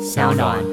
小暖。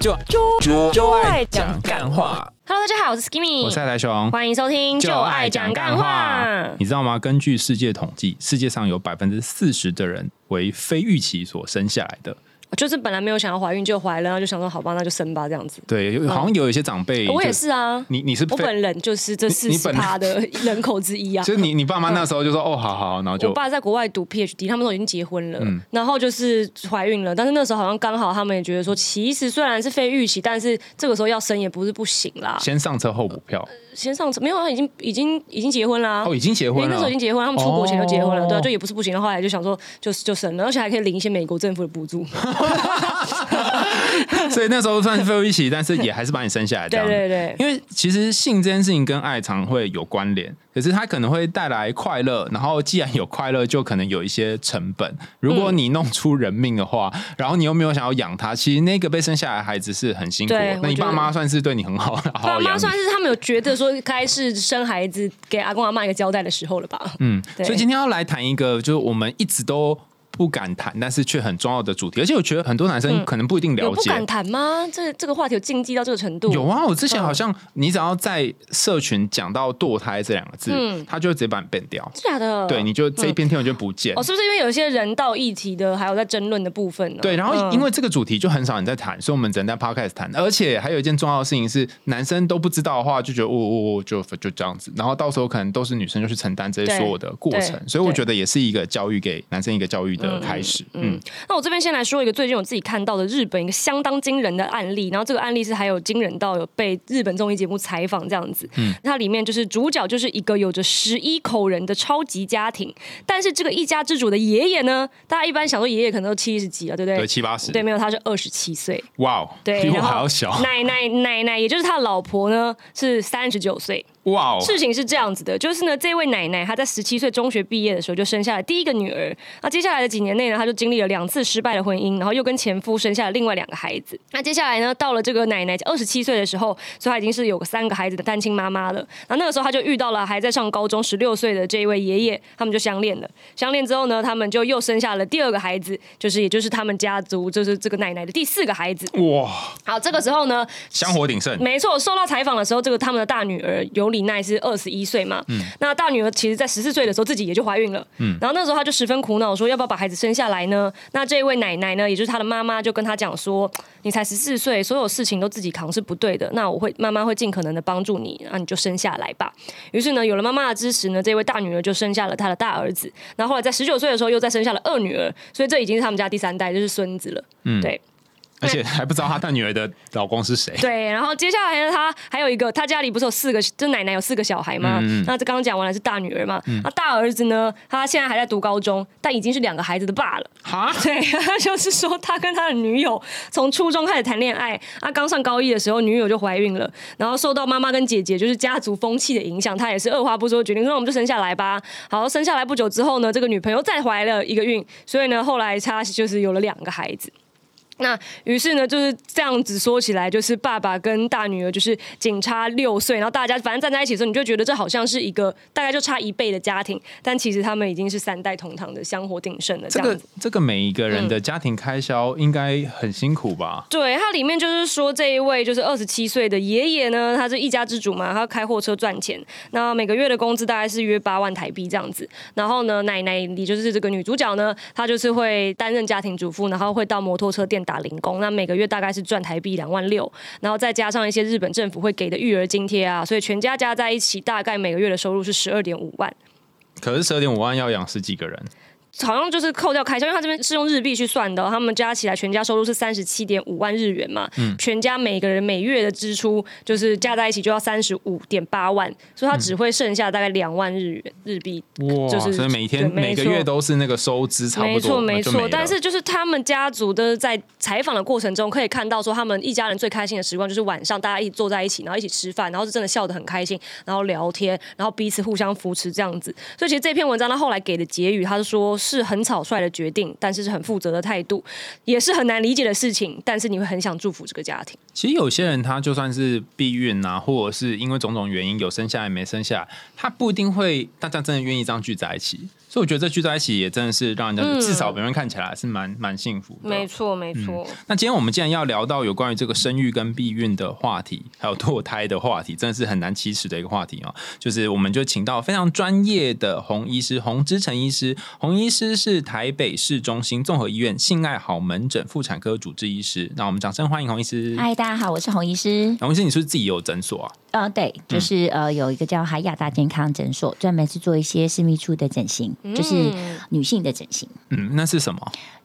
就就就就爱讲干话。 Hello，大家好，我是我是 Skimmy，来熊，欢迎收听《就爱讲干话》。你知道吗？根据世界统计，世界上有百分之四十的人为非预期所生下来的。就是本来没有想要怀孕就怀了，然后就想说好吧，那就生吧这样子。对，有好像有一些长辈、嗯我也就是啊，你你是我非本人就是这你四你十本人趴 的人口之一啊。就是你你爸妈那时候就说、哦，好好，好然后我就嗯爸在国外读 PhD，他们都已经结婚了，然后就是怀孕了，但是那时候好像刚好他们也觉得说，其实虽然是非预期，但是这个时候要生也不是不行啦。先上车后补票。先上车没有啊，已经已经已经结婚啦、哦，已经结因为婚哎那时候了已经。结婚，他们出国前就结婚了，哦对、啊，就也不是不行。然后后来就想说就，就生了，而且还可以领一些美国政府的补助。 所以那时候算是非预期，但是也还是把你生下来这对样子。对对，因为其实性这件事情跟爱常会有关联，可是它可能会带来快乐，然后既然有快乐，就可能有一些成本。如果你弄出人命的话，嗯然后你又没有想要养它，其实那个被生下来的孩子是很辛苦对的。那我你觉得爸妈算是对你很好，好爸好养妈你。算是他们有觉得说该是生孩子给阿公阿妈一个交代的时候了吧？嗯，对所以今天要来谈一个，就是我们一直都。不敢谈，但是却很重要的主题，而且我觉得很多男生可能不一定嗯有了不解。敢谈吗？这这个话题有禁忌到这个程度？有啊，我之嗯前好像你只要在社群讲到堕胎这两个字，嗯他就会直接把你变掉。真假的？对，你就这一篇天文就不见。哦，是不是因为有一些人道议题的，还有在争论的部分呢？对，然后因嗯为这个主题就很少人在谈，所以我们只能在 podcast 谈。而且还有一件重要的事情是，男生都不知道的话，就觉得哦哦哦，就就这样子。然后到时候可能都是女生就去承担这些所有的过程对，所以我觉得也是一个教育给男生一个教育的开始。嗯，那我这边先来说一个最近我自己看到的日本一个相当惊人的案例，然后这个案例是还有惊人到有被日本综艺节目采访这样子。嗯它里面就是主角就是一个有着十一口人的超级家庭，但是这个一家之主的爷爷呢，大家一般想说爷爷可能都七十几了，对不对？对，七八十，对，没有，他是二十七岁。哇哦，对，比我然后还要小，奶奶奶奶，也就是他老婆呢，是三十九岁。哇哦，事情是这样子的，就是呢，这位奶奶她在十七岁中学毕业的时候就生下了第一个女儿。那接下来的几年内呢，她就经历了两次失败的婚姻，然后又跟前夫生下了另外两个孩子。那接下来呢，到了这个奶奶二十七岁的时候，所以她已经是有个三个孩子的单亲妈妈了。那那个时候她就遇到了还在上高中十六岁的这一位爷爷，他们就相恋了。相恋之后呢，他们就又生下了第二个孩子，就是也就是他们家族就是这个奶奶的第四个孩子。哇，好，这个时候呢，香火鼎盛，没错，受到采访的时候，这个他们的大女儿尤里奈是二十一岁嘛，那大女儿其实在十四岁的时候自己也就怀孕了，然后那时候她就十分苦恼，说要不要把孩子生下来呢？那这一位奶奶呢，也就是她的妈妈，就跟她讲说，你才十四岁，所有事情都自己扛是不对的，那我会妈妈会尽可能的帮助你，那你就生下来吧。于是呢，有了妈妈的支持呢，这位大女儿就生下了她的大儿子，然后后来在十九岁的时候又再生下了二女儿，所以这已经是他们家第三代，就是孙子了，对。而且还不知道他大女儿的老公是谁。对，然后接下来呢，她还有一个，她家里不是有四个，就奶奶有四个小孩嘛。那这刚刚讲完了是大女儿嘛，那大儿子呢，他现在还在读高中，但已经是两个孩子的爸了。哈，对， 就是说他跟他的女友从初中开始谈恋爱，啊，刚上高一的时候女友就怀孕了，然后受到妈妈跟姐姐就是家族风气的影响，他也是二话不说决定说那我们就生下来吧。好，生下来不久之后呢，这个女朋友再怀了一个孕，所以呢，后来他就是有了两个孩子。那于是呢，就是这样子说起来，就是爸爸跟大女儿就是仅差六岁，然后大家反正站在一起的时候，你就觉得这好像是一个大概就差一辈的家庭，但其实他们已经是三代同堂的香火鼎盛了。这这样个子。嗯这个每一个人的家庭开销应该很辛苦吧？对，它里面就是说这一位就是二十七岁的爷爷呢，他是一家之主嘛，他开货车赚钱，那每个月的工资大概是约八万台币这样子。然后呢，奶奶也就是这个女主角呢，她就是会担任家庭主妇，然后会到摩托车店打零工，那每个月大概是赚台币两万六，然后再加上一些日本政府会给的育儿津贴啊，所以全家加在一起大概每个月的收入是十二点五万。可是十二点五万要养十几个人，好像就是扣掉开销，因为他这边是用日币去算的，他们加起来全家收入是三十七点五万日元嘛，全家每个人每月的支出就是加在一起就要三十五点八万，所以他只会剩下大概两万日元日币。哇就是所以每天对没每个错月都是那个收支差没不错，多，没就错。了但是就是他们家族的在采访的过程中，可以看到说他们一家人最开心的时光就是晚上大家一起坐在一起，然后一起吃饭，然后是真的笑得很开心，然后聊天，然后彼此互相扶持这样子。所以其实这篇文章他后来给的结语，他是说是很草率的决定，但是是很负责的态度，也是很难理解的事情，但是你会很想祝福这个家庭。其实有些人他就算是避孕啊，或者是因为种种原因有生下来没生下来，他不一定会大家真的愿意这样聚在一起。所以所以我觉得这聚在一起也真的是让人家、至少表面看起来是蛮蛮幸福的。嗯没错，没错。那今天我们既然要聊到有关于这个生育跟避孕的话题，还有堕胎的话题，真的是很难启齿的一个话题哦。 就是我们就请到非常专业的洪医师，洪之成医师。洪医师是台北市中心综合医院性爱好门诊妇产科主治医师。那我们掌声欢迎洪医师。嗨，大家好，我是洪医师。洪医师，你是不是自己也有诊所啊？呃，对，就是、呃，有一个叫海雅大健康诊所，专门是做一些私密处的整形，就是女性的整形。嗯，那是什么？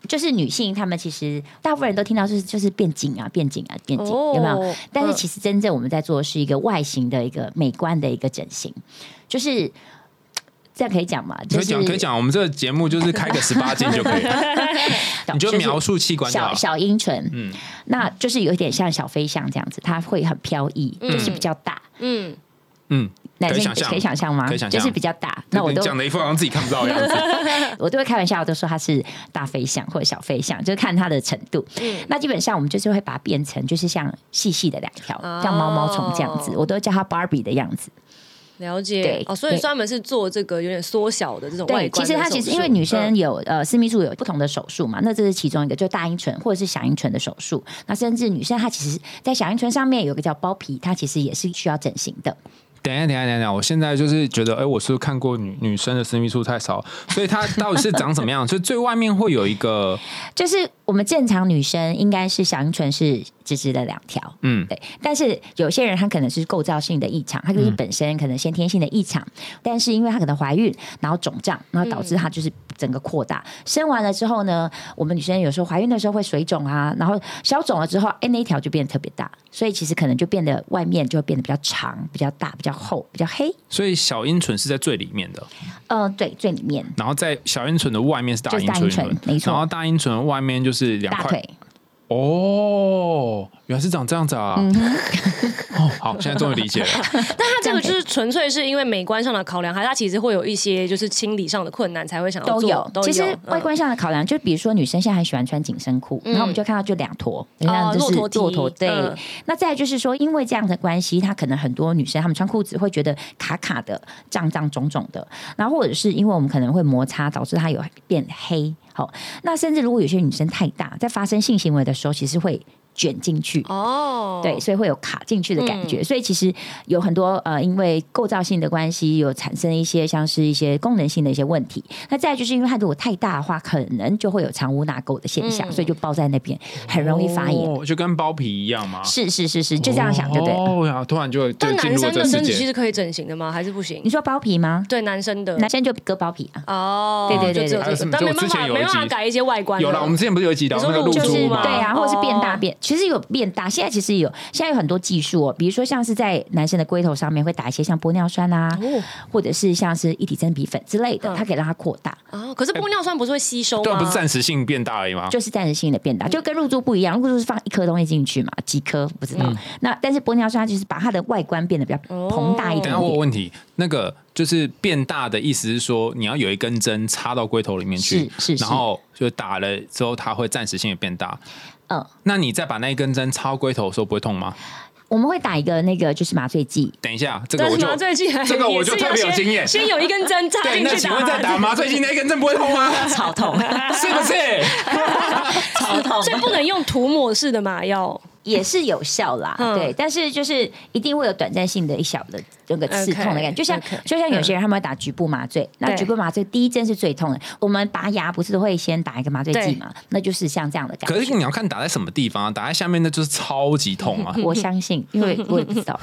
就是女性她们其实大部分人都听到就是就是变紧啊，变紧啊，变嗯紧，哦有没有？但是嗯其实真正我们在做的是一个外形的一个美观的一个整形，就是这样可以讲嘛？可就以是讲，可以讲。我们这个节目就是开个十八禁就可以了，你就描述器官就好小了。小阴唇，嗯嗯，那就是有一点像小飞象这样子，它会很飘逸，就是比较大。嗯，嗯，男可以生想象可以想象吗？可以想象就是比较大。那我你都讲的一副好像自己看不到的样子。 我都会开玩笑，我都说它是大飞象或者小飞象，就是看它的程度。嗯那基本上我们就是会把它变成就是像细细的两条，哦像毛毛虫这样子，我都叫它 Barbie 的样子。了解对。哦，所以对专门是做这个有点缩小的这种外对，观其的实它手其实术因为女嗯生有呃私密处有不同的手术嘛，那这是其中一个，就大阴唇或者是小阴唇的手术。那甚至女生她其实，在小阴唇上面有个叫包皮，它其实也是需要整形的。等一下，等一下，等一下，我现在就是觉得，哎、我是不是看过女女生的私密处太少，所以它到底是长什么样？就最外面会有一个，就是我们正常女生应该是小阴唇是直直的两条，嗯，对，但是有些人她可能是构造性的异常，她就是本身可能先天性的异常，但是因为她可能怀孕，然后肿胀，然后导致她就是整个扩大。生完了之后呢，我们女生有时候怀孕的时候会水肿啊，然后消肿了之后，哎，那一条就变得特别大，所以其实可能就变得外面就会变得比较长、比较大、比较厚、比较黑。所以小阴唇是在最里面的，嗯、对，最里面然后在小阴唇的外面是大阴唇，就是大阴唇没错然后大阴唇的外面就是两大块，腿，哦，原来是长这样子啊，嗯哦，好，现在终于理解了，那这个就是纯粹是因为美观上的考量，还是它其实会有一些就是清理上的困难才会想要都做嗯有。其实外观上的考量，就比如说女生现在很喜欢穿紧身裤，然后我们就看到就两坨，像就是哦骆骆驼体驼对嗯。那再来就是说，因为这样的关系，她可能很多女生她们穿裤子会觉得卡卡的、胀胀肿肿的，然后或者是因为我们可能会摩擦导致它有变黑。好，那甚至如果有些女生太大，在发生性行为的时候，其实会卷进去。嗯哦，嗯对，所以会有卡进去的感觉。所以其实有很多呃，因为构造性的关系，有产生一些像是一些功能性的一些问题。那再来就是因为它如果太大的话，可能就会有藏污纳垢的现嗯象，所以就包在那边，很容易发炎。哦，就跟包皮一样嘛，是是是是，就这样想就对了。哦呀，突然就就但进男入了生这的个世身体界是。可以整形的吗？还是不行你？说包皮吗？对，男生的男生就割包皮啊，哦，对对对就只有这对还有什个么但就没我之办法，前有一没办法集改一些外观。啊有了，我们之前不是有一集聊你说那个露露珠就是珠吗嘛，对啊，或者是变大哦变，其实有变大。现在其实有，现在有很多技术哦，比如说像是在男生的龟头上面会打一些像玻尿酸啊，哦或者是像是一体真皮粉之类嗯的，它可以让它扩大。哦，可是玻尿酸不是会吸收呃对啊，吗？不是暂时性变大而已吗？就是暂时性的嗯变大，就跟入住不一样。入住是放一颗东西进去嘛，几颗不知道。嗯那但是玻尿酸它就是把它的外观变得比较哦膨大一等点一下我有点。问题，那个就是变大的意思是说，你要有一根针插到龟头里面去，是是是然后就打了之后，它会暂时性的变大。嗯，那你再把那一根针插到龟头的时候，不会痛吗？我们会打一个那个就是麻醉剂，等一下，这个但我是就麻醉剂还这个我也是就特别有要先经验先有一根针插对，进那去请问在打麻醉剂那一根针不会痛吗？超痛， 是不是？超痛所以不能用涂抹式的麻药。也是有效啦，嗯对，但是就是一定会有短暂性的一小的那个刺痛的感 OK，觉，就像 OK，嗯就像有些人他们会打局部麻醉，那对局部麻醉第一针是最痛的。我们拔牙不是都会先打一个麻醉对剂嘛？那就是像这样的感可觉。是你要看打在什么地方啊，打在下面那就是超级痛 啊。我相信，因为我也不知 道。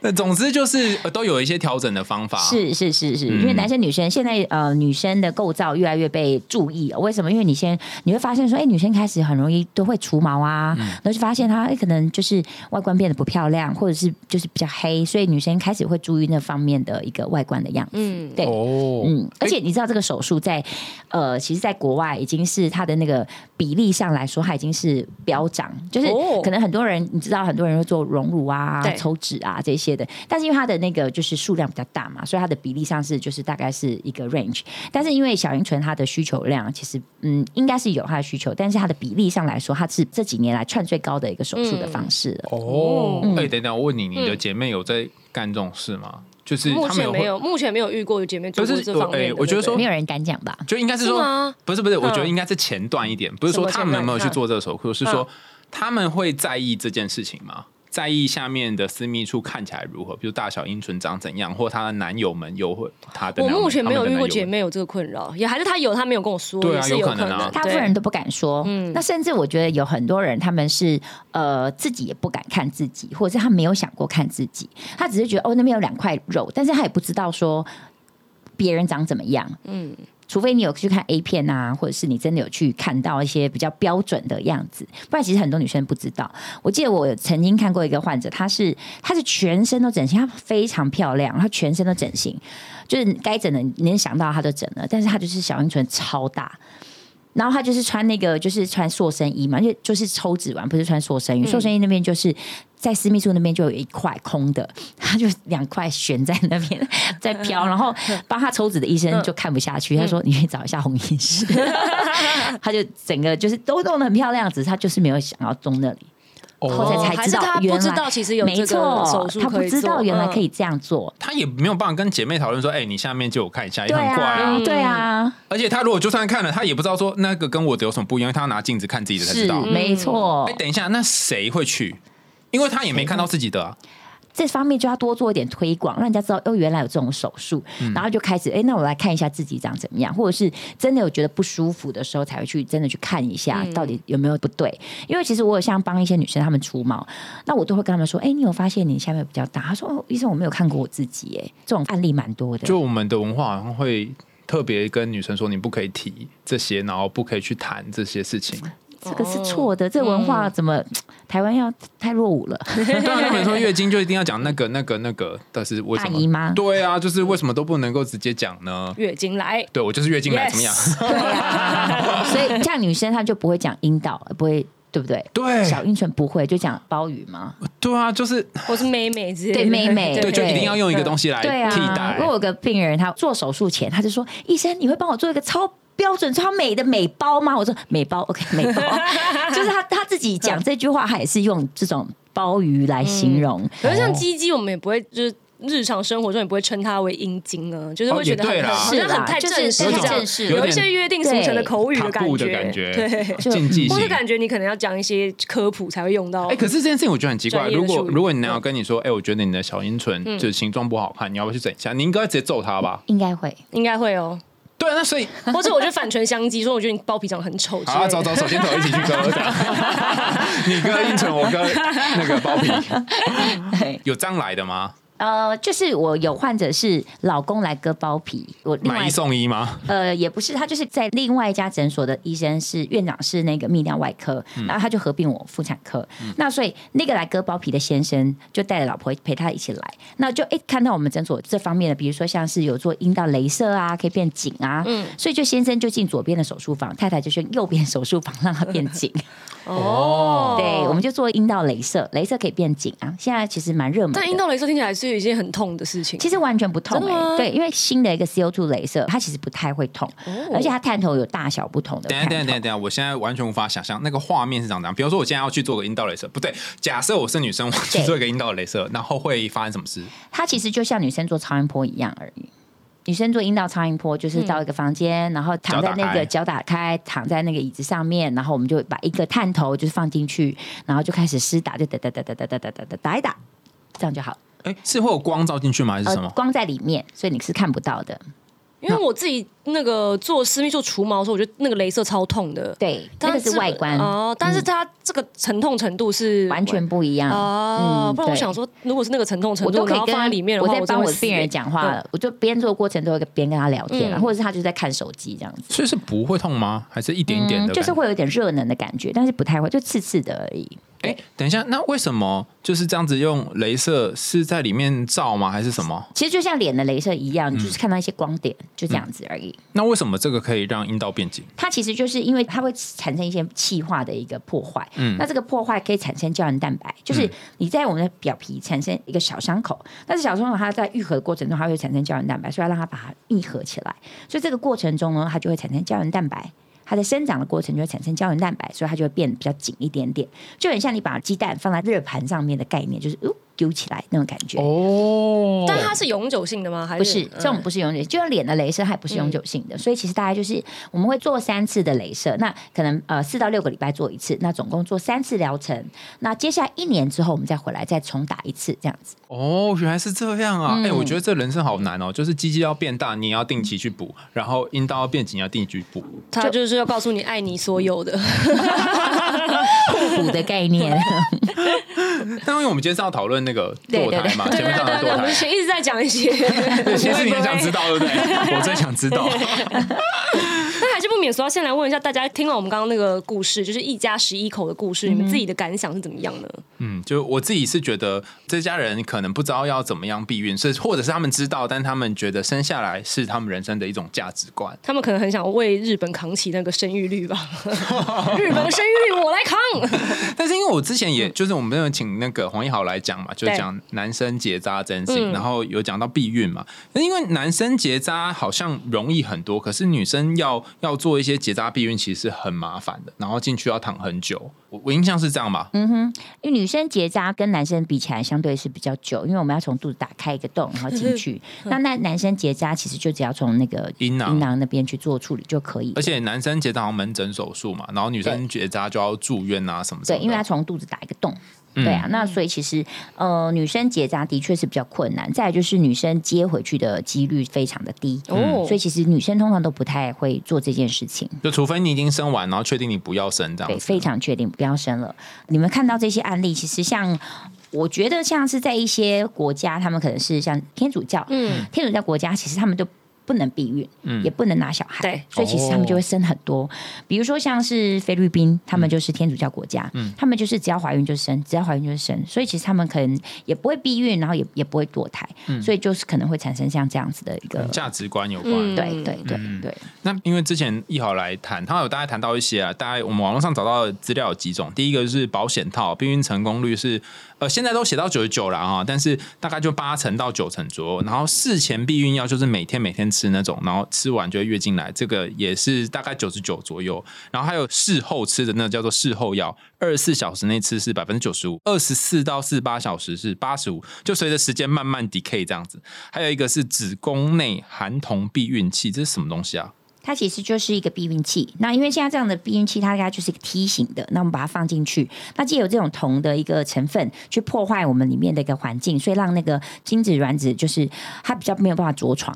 那总之就是呃都有一些调整的方法。。是是是是，因为男生女生现在呃女生的构造越来越被注意了，为什么？因为你先你会发现说，哎、女生开始很容易都会除毛啊，然后就发现她、哎可能就是外观变得不漂亮，或者是就是比较黑，所以女生开始会注意那方面的一个外观的样子。嗯对。哦，嗯，哎而且你知道这个手术在，呃，其实，在国外已经是它的那个比例上来说，它已经是飙涨，就是哦可能很多人你知道，很多人会做隆乳啊对、抽脂啊这些的，但是因为它的那个就是数量比较大嘛，所以它的比例上是就是大概是一个 range，但是因为小阴唇它的需求量其实嗯应该是有它的需求，但是它的比例上来说，它是这几年来串最高嗯的一个手术的方式了。哦，哎、等等，我问你，你的姐妹有在干这种事吗？就是目他们前有没会，有，目前没有遇过有姐妹做可过是这我方面哎的。我觉得对不说没有人敢讲吧？就应该是是说吗，不是不是，我嗯觉得应该是前段一点，不是什说么他们有没有前段嗯去做这个手术，是说他们会在意这件事情吗？在意下面的私密处看起来如何，比如大小阴唇长怎样，或她的男友们有会她的对我男友们。目前没有他遇们的男过友姐们，妹有这个困扰，也还是她有，她没有跟我说，对啊也是有可可能啊大部分人对都不敢说，嗯那甚至我觉得有很多人，他们是呃自己也不敢看自己，或者是他没有想过看自己，他只是觉得哦那边有两块肉，但是他也不知道说别人长怎么样，嗯，除非你有去看 A 片啊，或者是你真的有去看到一些比较标准的样子，不然其实很多女生不知道。我记得我有曾经看过一个患者，她是她是全身都整形，她非常漂亮，她全身都整形，就是该整的你能想到她都整了，但是她就是小阴唇超大。然后她就是穿那个，就是穿塑身衣嘛，就就是抽脂完，不是穿塑身嗯衣。塑身衣那边就是在私密处那边就有一块空的，她就两块悬在那边 在嗯飘。然后帮她抽脂的医生就看不下去，他说：“你去找一下红医 师。” 她就整个就是都弄得很漂亮，只是她就是没有想要中那里。后哦来才还知是道她原不知来道其实有没这个手错术，他不可以知道做原来嗯可以这样做。她也没有办法跟姐妹讨论说，哎、你下面就有看一下，也对很怪啊，对啊，而且她如果就算看了，她也不知道说那个跟我的有什么不一样，因为她要拿镜子看自己的才知是嗯道。没错哎、。等一下，那谁会去？因为她也没看到自己的、啊，这方面就要多做一点推广，让人家知道哦，原来有这种手术，然后就开始哎，那我来看一下自己长怎么样，或者是真的有觉得不舒服的时候，才会去真的去看一下到底有没有不对。因为其实我有像帮一些女生她们除毛，那我都会跟她们说，哎，你有发现你下面比较大？她说，哦，医生，我没有看过我自己，哎，这种案例蛮多的。就我们的文化好像会特别跟女生说，你不可以提这些，然后不可以去谈这些事情。这个是错的，这文化怎么、台湾要太落伍了？对啊，他们说月经就一定要讲那个、那个、那个，但是为什么？大姨妈对啊，就是为什么都不能够直接讲呢？月经来。对我就是月经来怎么样？对啊，所以像女生她就不会讲阴道，不会对不对？ 对小阴唇不会，就讲包鱼嘛。对啊，就是或是妹妹之类的，对妹妹对，就一定要用一个东西来对啊，替代我。有个病人，他做手术前他就说：“医生，你会帮我做一个超标准、超美的美包吗？”我说：“美包，OK，美 包。”就是他他自己讲这句话，他也是用这种包鱼来形容。可是哦像鸡鸡，我们也不会就是。日常生活中也不会称它为阴茎啊，就是会觉得哦也很对啦好像很太是啦正就式是这太样正式，了有一些约定俗成的口语塔感布觉，的感觉，对，就禁忌或性是。感觉你可能要讲一些科普才会用到。哎、可是这件事情我觉得很奇怪。专业的如果术语如果你男友跟你说，哎、我觉得你的小阴唇就是形状不好看，你要不要去整一下？你应该直接揍他吧？应该会。应该会哦，对啊，那所以或者我就反唇相讥，说我觉得你包皮长得很丑之好、啊，类找找的。手牵手一起去割，这样你割阴唇，我割那个包皮，对有这样来的吗？呃，就是我有患者是老公来割包皮，我另买外一送一吗？呃，也不是，他就是在另外一家诊所的医生是院长是那个泌尿外科，嗯然后他就合并我妇产科。那所以那个来割包皮的先生就带着老婆陪他一起来，那就诶看到我们诊所这方面的，比如说像是有做阴道镭射啊，可以变紧啊，嗯所以就先生就进左边的手术房，太太就去右边手术房让它变紧。 哦，对，我们就做阴道镭射，镭射可以变紧啊，现在其实蛮热门的。但阴道镭射听起来是一件很痛的事情。其实完全不痛、真的吗哦欸，对，因为新的一个 CO2 镭射，它其实不太会痛，而且它探头有大小不同的等一探下，头。等一下，等一下，等一下，我现在完全无法想象那个画面是长怎样。比如说，我现在要去做个阴道镭射，不对，假设我是女生，我去对做一个阴道镭射，然后会发生什么事？它其实就像女生做超音波一样而已。女生做阴道超音波，就是到一个房间，然后躺在那个脚打开，躺在那个椅子上面，然后我们就把一个探头就是放进去，然后就开始施打，就打打打打打打打打打打一打，这样就好。哎、是会有光照进去吗？还是什么？光在里面，所以你是看不到的。因为我自己那个做私密处除毛的时候，我觉得那个镭射超痛的。对，但那个是外观，嗯哦，但是它这个疼痛程度是完全不一样。哦，嗯不然我对想说，如果是那个疼痛程我都度，可然以后跟放在里面的我话，在真帮的我会的死病人欸讲话，我就边做过程都会边跟他聊天啊，嗯或者是他就在看手机这样子。所以是不会痛吗？还是一点一点的、嗯，就是。会有点热能的感觉，但是不太会，就刺刺的而已。哎、等一下，那为什么就是这样子用镭射是在里面照吗？还是什么？其实就像脸的镭射一嗯样，就是看到一些光点，就这样子而已。那为什么这个可以让阴道变紧？它其实就是因为它会产生一些气化的一个破坏，那这个破坏可以产生胶原蛋白，就是你在我们的表皮产生一个小伤口，但是小伤口它在愈合的过程中，它会产生胶原蛋白，所以要让它把它密合起来，所以这个过程中呢，它就会产生胶原蛋白。它在生长的过程就会产生胶原蛋白，所以它就会变得比较紧一点点，就很像你把鸡蛋放在热盘上面的概念，就是哦，揪起来那种感觉。哦，但它是永久性的吗？还不是嗯是，这种不是永久，就像脸的镭射，它也不是永久性的，所以其实大概就是我们会做三次的镭射，那可能呃四到六个礼拜做一次，那总共做三次疗程，那接下来一年之后我们再回来再重打一次这样子。哦，原来是这样啊！哎、嗯我觉得这人生好难哦，就是鸡鸡要变大，你也要定期去补，然后阴道要变紧，要定期去补。它就是要告诉你爱你所有的。互补的概念，但因为我们今天是要讨论那个堕胎嘛， 对节目对啊上对的对，堕我们胎， 一直在讲一些， 对，其实你也会不会想知道，对不 对？我最想知道。那还是不免俗要啊先来问一下大家，听了我们刚刚那个故事，就是一家十一口的故事，嗯你们自己的感想是怎么样呢？嗯，就我自己是觉得这家人可能不知道要怎么样避孕，是或者是他们知道，但他们觉得生下来是他们人生的一种价值观。他们可能很想为日本扛起那个生育率吧， 日本的生育率我来扛。但是因为我之前也嗯就是我们有请那个黄一豪来讲嘛，就是讲男生结扎这件事情，嗯然后有讲到避孕嘛。那因为男生结扎好像容易很多，可是女生要要做一些结扎避孕其实很麻烦的，然后进去要躺很久。我我印象是这样吧？嗯因为女生结扎跟男生比起来相对是比较久，因为我们要从肚子打开一个洞然后进去，那那男生结扎其实就只要从那个阴囊那边去做处理就可以了而。且男生结扎好像门诊手术嘛，然后女生结扎就要住院啊什么什对，么的。因为它从肚子打一个洞。对啊，那所以其实呃，女生结扎的确是比较困难，再来就是女生接回去的几率非常的低，哦嗯所以其实女生通常都不太会做这件事情。就除非你已经生完，然后确定你不要生这样对，子。非常确定不要生了。你们看到这些案例，其实像我觉得像是在一些国家，他们可能是像天主教，嗯，天主教国家其实他们就不能避孕，也不能拿小孩，对所以其实他们就会生很多。比如说像是菲律宾，他们就是天主教国家，他们就是只要怀孕就生，只要怀孕就生，所以其实他们可能也不会避孕，然后也也不会堕胎，所以就是可能会产生像这样子的一个，价值观有关。嗯对对对对，那因为之前一豪来谈，他有大概谈到一些啊，大概我们网络上找到的资料有几种。第一个就是保险套避孕成功率是呃现在都写到九十九了啊，但是大概就八成到九成左右。然后事前避孕药就是每天每天吃那种，然后吃完就会月经来，这个也是大概九十九左右。然后还有事后吃的那个叫做事后药，二十四小时内吃是百分之九十五，二十四到四十八小时是八十五，就随着时间慢慢 decay 这样子。还有一个是子宫内含酮避孕器，这是什么东西啊？它其实就是一个避孕器。那因为现在这样的避孕器，它大概就是一个梯形的，那我们把它放进去，那既有这种铜的一个成分去破坏我们里面的一个环境，所以让那个精子卵子就是它比较没有办法着床。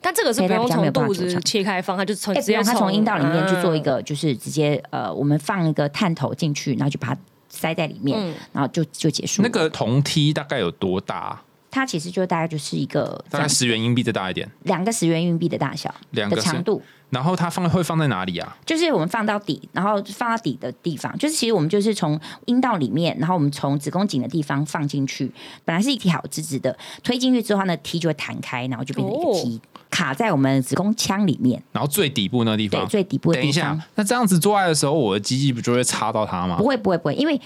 但这个是不用从肚子切开放，它就从哎，直不接嗯用，它从阴道里面去做一个。个，就是直接呃，我们放一个探头进去，然后就把它塞在里面，然后就就结束了。那个铜梯大概有多大啊？它其实就大概就是一个这大样概十元硬币再大一点。两个十元硬币的大小两的个是长度，然后它放会放在哪里啊？就是我们放到底，然后放到底的地方，就是其实我们就是从阴道里面，然后我们从子宫颈的地方放进去，本来是一条直直的，推进去之后呢，梯就会弹开，然后就变成一个梯。卡在我们子宫腔里面，然后最底部那个地对方。最底部的等一地下方，，那这样子做爱的时候，我的鸡鸡不就会插到它吗不？会不会不会，因为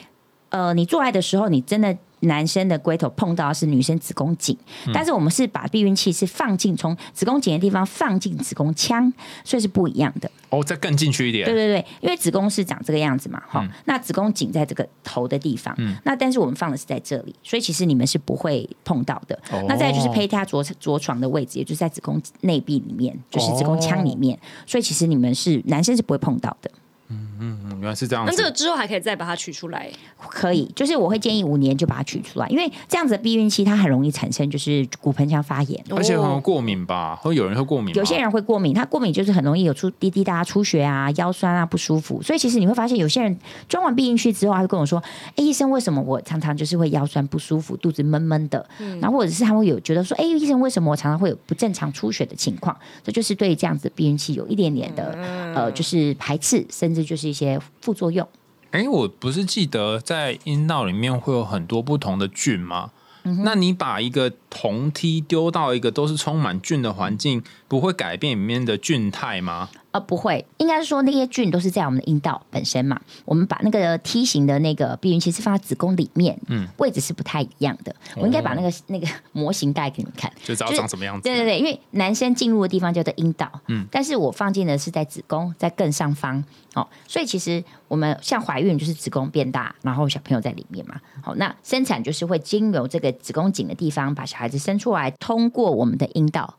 呃，你做爱的时候，你真的男生的龟头碰到的是女生子宫颈，但是我们是把避孕器是放进从子宫颈的地方放进子宫腔，所以是不一样的。哦，再更进去一对点。对对，因为子宫是长这个样子嘛，哈、那子宫颈在这个头的地方，那但是我们放的是在这里，所以其实你们是不会碰到的。哦那再来就是胚胎着着床的位置，也就是在子宫内壁里面，就是子宫腔里面，所以其实你们是男生是不会碰到的。嗯，原来是这样那这个子。之后还可以再把它取出来，可以，就是我会建议五年就把它取出来，因为这样子的避孕期它很容易产生就是骨盆腔发炎。而且好像过敏吧，会有人会过敏吗。哦有些人会过敏，他过敏就是很容易有出滴滴答、出血啊、腰酸啊、不舒服。所以其实你会发现，有些人装完避孕器之后，他会跟我说：“哎、医生，为什么我常常就是会腰酸不舒服、肚子闷闷的？”嗯然后或者是他会有觉得说：“哎、医生，为什么我常常会有不正常出血的情况？”这就是对这样子的避孕器有一点点的、嗯呃，就是排斥，甚至就是一些副作用。哎，我不是记得在阴道里面会有很多不同的菌吗？嗯那你把一个铜梯丢到一个都是充满菌的环境，不会改变里面的菌态吗？呃，不会，应该是说那些菌都是在我们的阴道本身嘛。我们把那个梯形的那个避孕器是放在子宫里面，嗯，位置是不太一样的。我应该把那个、那个模型带给你们看，就知道是长什么样子对对对，因为男生进入的地方叫做阴道，嗯，但是我放进的是在子宫，在更上方哦，所以其实我们像怀孕就是子宫变大，然后小朋友在里面嘛，好、那生产就是会经由这个子宫颈的地方把小孩子生出来，通过我们的阴道。哦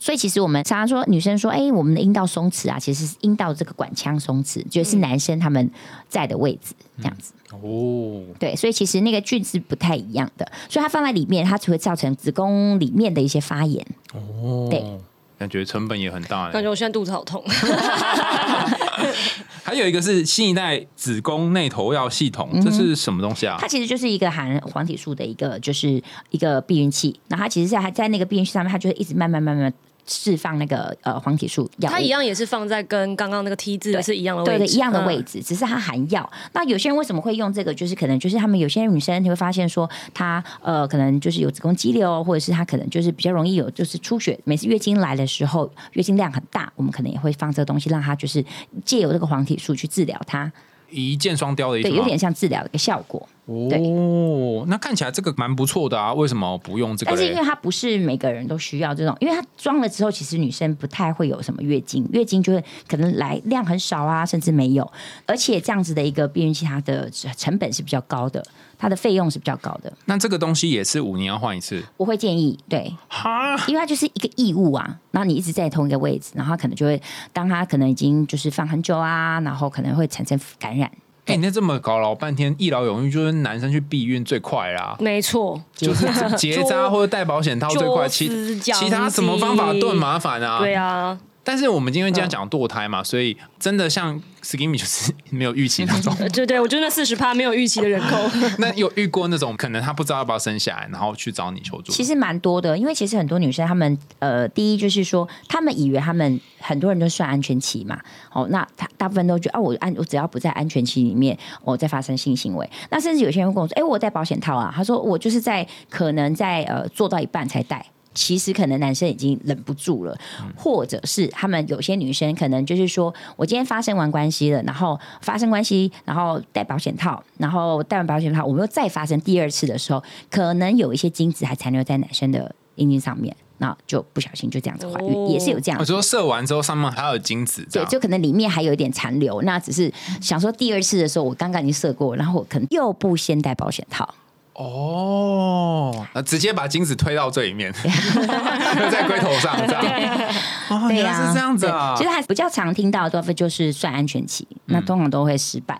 所以其实我们常常说，女生说，哎、我们的阴道松弛啊，其实是阴道这个管腔松弛，就是嗯男生他们在的位置这样子。哦，对，所以其实那个菌是不太一样的，所以它放在里面，它只会造成子宫里面的一些发炎。对，哦感觉成本也很大欸感嘞。觉我现在肚子好 痛。还有一个是新一代子宫内投药系统，这是什么东西啊嗯它？其实就是一个含黄体素的一个，就是一个避孕器。然后它其实在它在那个避孕器上面，它就会一直慢慢慢慢释放那个呃黄体素药物。它一样也是放在跟刚刚那个 T 字对是一样的位对置，嗯对，一样的位置。置，只是它含药。那有些人为什么会用这个？就是可能就是他们有些女生你会发现说，她呃可能就是有子宫肌瘤，或者是她可能就是比较容易有就是出血，每次月经来的时候月经量很大，我们可能也会放这个东西让她就是借由这个黄体素去治疗它，一箭双雕的意思对，吗？有点像治疗的一个效果。哦，那看起来这个蛮不错的啊，为什么不用这个但是嘞因为？它不是每个人都需要这种，因为它装了之后，其实女生不太会有什么月经，月经就会可能来量很少啊，甚至没有。而且这样子的一个避孕器，它的成本是比较高的，它的费用是比较高的。那这个东西也是五年要换一次，我会建议，对，哈，因为它就是一个异物啊，然后你一直在同一个位置，然后它可能就会，当它可能已经就是放很久啊，然后可能会产生感染。哎、你那这么搞老半天，一劳永逸就是男生去避孕最快嗯啦，嗯没错，就是结扎捉或者戴保险套最快，其捉丝绞其他什么方法都很麻烦啊。对啊，但是我们今天嗯这样讲堕胎嘛，所以真的像 Skimmy 就是没有预期那 种。对对，我觉得那四十趴没有预期的人口， 那有遇过那种可能他不知道要不要生下来，然后去找你求助？其实蛮多的，因为其实很多女生她们呃，第一就是说，她们以为她们很多人都算安全期嘛，哦，那她大部分都觉得哦，我安我只要不在安全期里面，我、再发生性行为，那甚至有些人会跟我说，哎，我有戴保险套啊，她说我就是在可能在呃做到一半才戴。其实可能男生已经忍不住了，或者是他们有些女生可能就是说，我今天发生完关系了，然后发生关系，然后戴保险套，然后戴完保险套，我们又再发生第二次的时候，可能有一些精子还残留在男生的阴茎上面，那就不小心就这样子怀孕，哦也是有这样我子。说射完之后上面还有精子，这对，样就可能里面还有一点残留，那只是想说第二次的时候，我刚刚已经射过，然后我可能又不先戴保险套，哦，那直接把精子推到这里 面， 就在龟头上这样。哦，对原来呀、是这样子啊嗯对其。实还比较常听到的多分就是算安全期，那通常都会失败。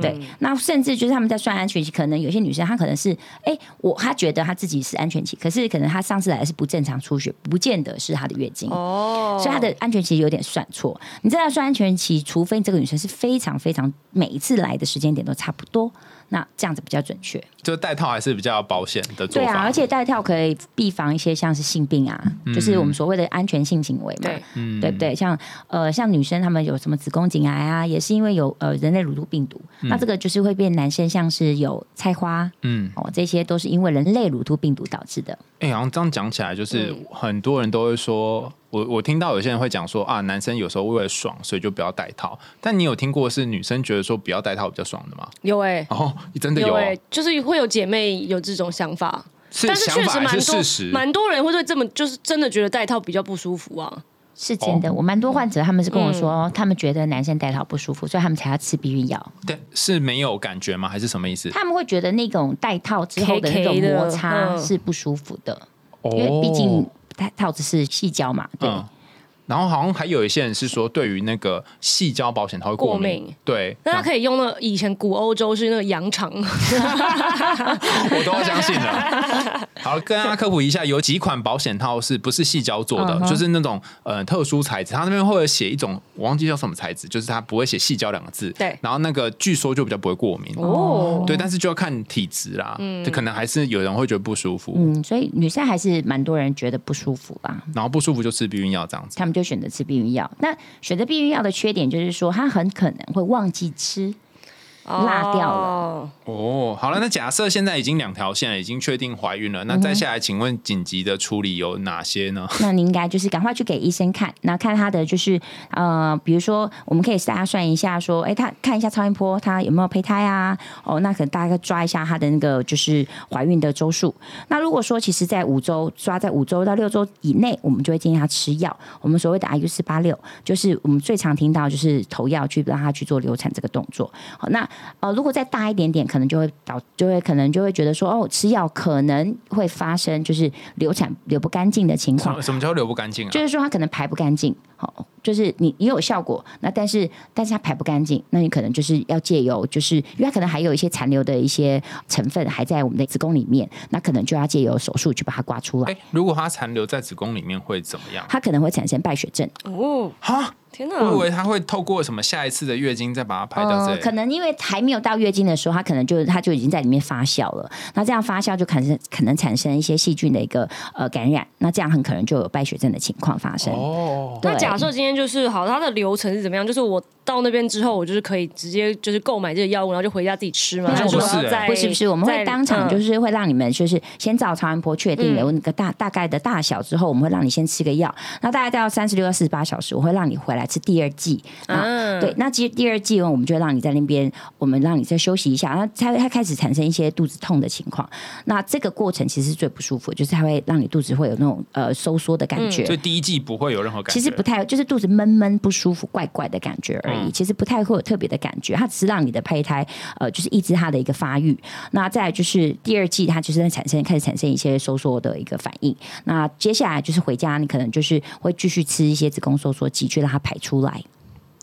对，那甚至就是他们在算安全期，可能有些女生她可能是，哎、我她觉得她自己是安全期，可是可能她上次来是不正常出血，不见得是她的月经。哦所以她的安全期有点算错。你这样算安全期，除非这个女生是非常非常每一次来的时间点都差不多，那这样子比较准确。就戴套还是比较保险的做对法。啊，而且戴套可以避防一些像是性病啊，就是我们所谓的安全性行为嘛，对对不对？像呃，像女生她们有什么子宫颈癌啊，也是因为有呃人类乳头病毒，那这个就是会变男生像是有菜花，嗯嗯，哦，这些都是因为人类乳头病毒导致的。哎、好像这样讲起来，就是嗯很多人都会说，我我听到有些人会讲说啊，男生有时候为了爽，所以就不要戴套。但你有听过是女生觉得说不要戴套比较爽的吗？有哎。哦，真的有有、哦哎、就是会有姐妹有这种想法，是但是想确法实还蛮是事多实？蛮多人会对这么就是真的觉得戴套比较不舒服啊。是真的，我蛮多患者他们是跟我说，他们觉得男生戴套不舒服，所以他们才要吃避孕药。对，是没有感觉吗？还是什么意思？他们会觉得那种戴套之后的那 K 种 K 的摩擦嗯是不舒服的，哦因为毕竟戴套子是细胶嘛，对，嗯，然后好像还有一些人是说，对于那个细胶保险它会过敏，过敏对，那他然后可以用那以前古欧洲是那个羊 肠，我都要相信了。 好，跟大家科普一下，有几款保险套是不是细胶做的嗯哼就是那种呃特殊材质，它那边会有写一种我忘记叫什么材质，就是它不会写细胶两个字，对然后那个据说就比较不会过敏。哦对，但是就要看体质啦，嗯，可能还是有人会觉得不舒服，嗯，所以女生还是蛮多人觉得不舒服吧，然后不舒服就吃避孕药这样子。他们就选择吃避孕药。那选择避孕药的缺点就是说，她很可能会忘记吃。落掉了。哦哦，好了，嗯那假设现在已经两条线了，已经确定怀孕了，那再下来，请问紧急的处理有哪些呢？那你应该就是赶快去给医生看，那看他的就是呃，比如说我们可以大家算一下，说，哎，他看一下超音波，他有没有胚胎啊？哦，那可能大概抓一下他的那个就是怀孕的周数。那如果说其实在五周抓在五周到六周以内，我们就会建议他吃药，我们所谓的 IU 四八六，就是我们最常听到就是投药去让他去做流产这个动作。好，那呃，如果再大一点点，可能就会导，就会可能就会觉得说，哦，吃药可能会发生就是流产流不干净的情什况么。什么叫流不干净啊？就是说它可能排不干净，好、就是你也有效果，那但是但是它排不干净，那你可能就是要借由，就是因为它可能还有一些残留的一些成分还在我们的子宫里面，那可能就要借由手术去把它刮出来，哎，如果它残留在子宫里面会怎么样？它可能会产生败血症。哦，哈，天我以哪！为它会透过什么下一次的月经再把它排掉这哦呃，里。可能因为还没有到月经的时候，它可能就它就已经在里面发酵了。那这样发酵就可能可能产生一些细菌的一个呃感染，那这样很可能就有败血症的情况发生。哦，对那假设今天就是好，它的流程是怎么样？就是我到那边之后，我就是可以直接就是购买这个药物，然后就回家自己吃吗？没有还是不我是要欸在不是不是，我们会在当场嗯就是会让你们就是先照超音波确定嗯有那个大大概的大小之后，我们会让你先吃个药，那大概到三十六到四十八小时，我会让你回来吃第二剂。啊，嗯对，，那其实第二剂呢，我们就会让你在那边，我们让你再休息一下，然后才会它开始产生一些肚子痛的情况。那这个过程其实是最不舒服，就是它会让你肚子会有那种呃收缩的感嗯觉。所以第一季不会有任何感觉。其实不太，就是肚子闷闷不舒服、怪怪的感觉而已。嗯其实不太会有特别的感觉，它只是让你的胚胎呃，就是抑制它的一个发育。那再来就是第二季，它就是在产生开始产生一些收缩的一个反应。那接下来就是回家，你可能就是会继续吃一些子宫收缩剂去让它排出来。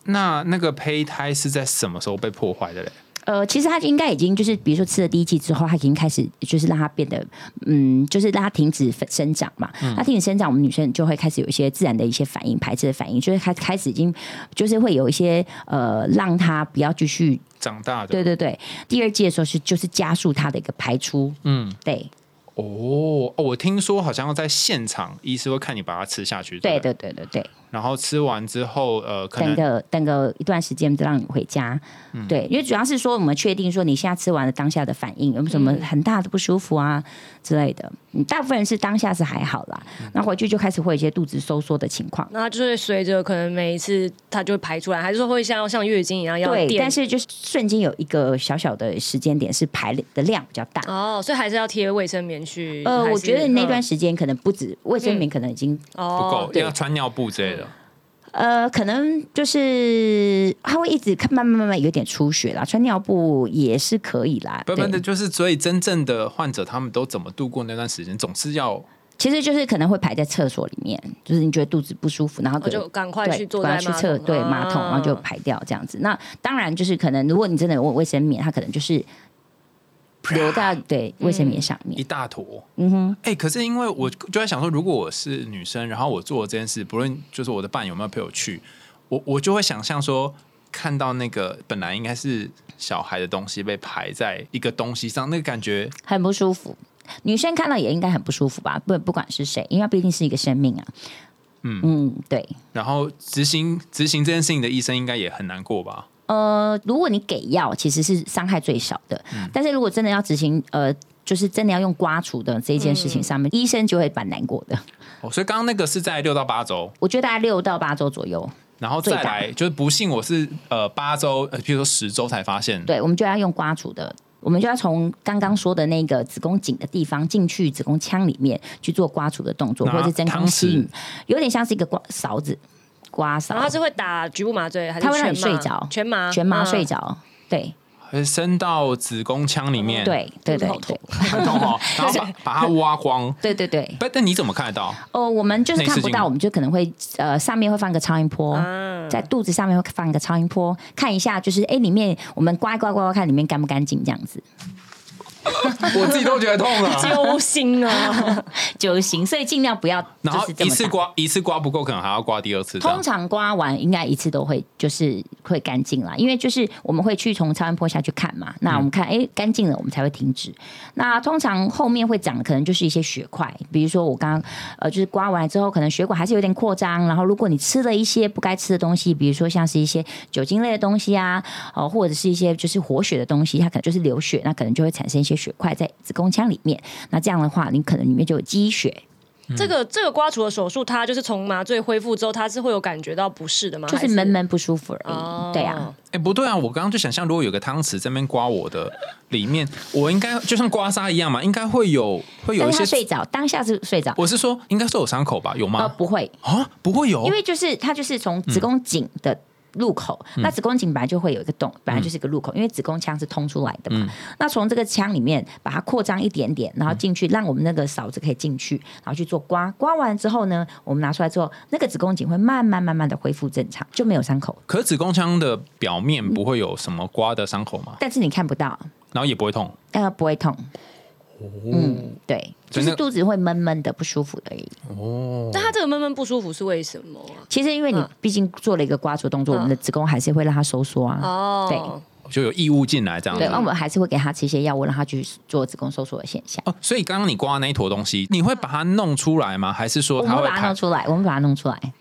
那那个胚胎是在什么时候被破坏的嘞？呃，其实它应该已经就是，比如说吃了第一剂之后，它已经开始就是让它变得，嗯，就是让它停止分生长嘛。它停止生长，我们女生就会开始有一些自然的一些反应，排斥的反应，就是开开始已经就是会有一些呃，让它不要继续。长大的。对对对，第二季的时候是就是加速它的一个排出。嗯，对哦，哦我听说好像要在现场，医师会看你把它吃下去。对不对。对对对对，然后吃完之后，呃，可等能嗯个等个一段时间再让你回家。对，因为主要是说我们确定说你现在吃完了当下的反应有没有什嗯么很大的不舒服啊之类的。嗯，大部分人是当下是还好啦，嗯那回去就开始会有一些肚子收缩的情况。那它就是随着可能每一次它就会排出来，还是说会像像月经一样要对，垫但是就是瞬间有一个小小的时间点是排的量比较大。哦，所以还是要贴卫生棉去。呃，还是我觉得那嗯段时间可能不止卫生棉，可能已经、不哦够，，要穿尿布之类的。呃，可能就是它会一直看慢慢慢慢有点出血啦，穿尿布也是可以啦。不对不，就是所以真正的患者他们都怎么度过那段时间，总是要其实就是可能会排在厕所里面，就是你觉得肚子不舒服，然后可我能哦就赶快对去坐赶在快去马厕桶，啊对马桶，然后就排掉这样子。那当然就是可能，如果你真的有卫生棉，它可能就是 留到对嗯卫生棉上面一。大坨。嗯哼，哎、可是因为我就在想说，如果我是女生，然后我做了这件事，不论就是我的伴有没有陪我去，我我就会想象说，看到那个本来应该是小孩的东西被排在一个东西上，那个感觉很不舒服。女生看到也应该很不舒服吧？不不管是谁，因为它毕竟是一个生命啊。嗯嗯，对。然后执行执行这件事情的医生应该也很难过吧？呃，如果你给药，其实是伤害最少的。但是如果真的要执行，呃，就是真的要用刮除的这件嗯事情上面，医生就会蛮难过的。哦，所以刚刚那个是在六到八周，我觉得大概六到八周左右，然后最再来就是不幸我是呃八周，呃，譬如说十周才发现，对，我们就要用刮除的，我们就要从刚刚说的那个子宫颈的地方进去子宫腔里面去做刮除的动作，拿或者是真汤空匙吸引，有点像是一个刮勺子刮然后勺他，是会打局部麻醉，还是它会让你全麻睡着全麻嗯全麻睡着。着。对呃伸到子宫腔里面，，嗯对对对好痛对很 痛哦，然后 把把它挖光。对对对，但但你怎么看得 到？哦，我们就是内视看不镜到，我们就可能会呃上面会放个超音波，嗯在肚子上面会放个超音波，看一下就是哎里面我们刮一刮刮刮看里面干不干净这样子。我自己都觉得痛 了。 揪心啊！揪心，所以尽量不要然后就是这一么次大刮一次刮不够，可能还要刮第二次这样。通常刮完应该一次都会就是会干净啦，因为就是我们会去从超音波下去看嘛，那嗯我们看哎干净了，我们才会停止。那通常后面会长的可能就是一些血块，比如说我刚刚呃就是刮完之后，可能血管还是有点扩张，然后如果你吃了一些不该吃的东西，比如说像是一些酒精类的东西啊，哦或者是一些就是活血的东西，它可能就是流血，那可能就会产生一些血块在子宫腔里面。那这样的话，你可能里面就有积血，嗯这个这个刮除的手术，它就是从麻醉恢复之后，它是会有感觉到不适的吗？就是哦还闷闷不舒服而已。哦对啊，哎、不对啊！我刚刚就想象，如果有个汤匙在那边刮我的里面，我应该就像刮痧一样嘛，应该会有会有但一是些他睡着，当下是睡着。我是说，应该是有伤口吧？有呃，吗？不会，啊，不会有，因为就是它就是从子宫颈的入口，嗯那子宫颈本来就会有一个洞，本来就是一个入口，因为子宫腔是通出来的嗯嘛。那从这个腔里面把它扩张一点点，然后进去，让我们那个勺子可以进去，然后去做刮。刮完之后呢，我们拿出来之后，那个子宫颈会慢慢慢慢的恢复正常，就没有伤口，可是子宫腔的表面不会有什么刮的伤口嘛，但是你看不到，然后也不会痛。呃，不会痛。嗯，对，哦所就以那是肚子会闷闷的不舒服而已。但它这个闷闷不舒服是为什么啊？其实因为你嗯毕竟做了一个刮除动作，嗯我们的子宫还是会让它收缩啊。哦，对，就有异物进来这样子对，。那我们还是会给他吃一些药物，让他去做子宫收缩的现象。哦，所以刚刚你刮的那一坨东西，你会把它弄出来吗？还是说我它们会把它排弄？出来，我们把它弄出来。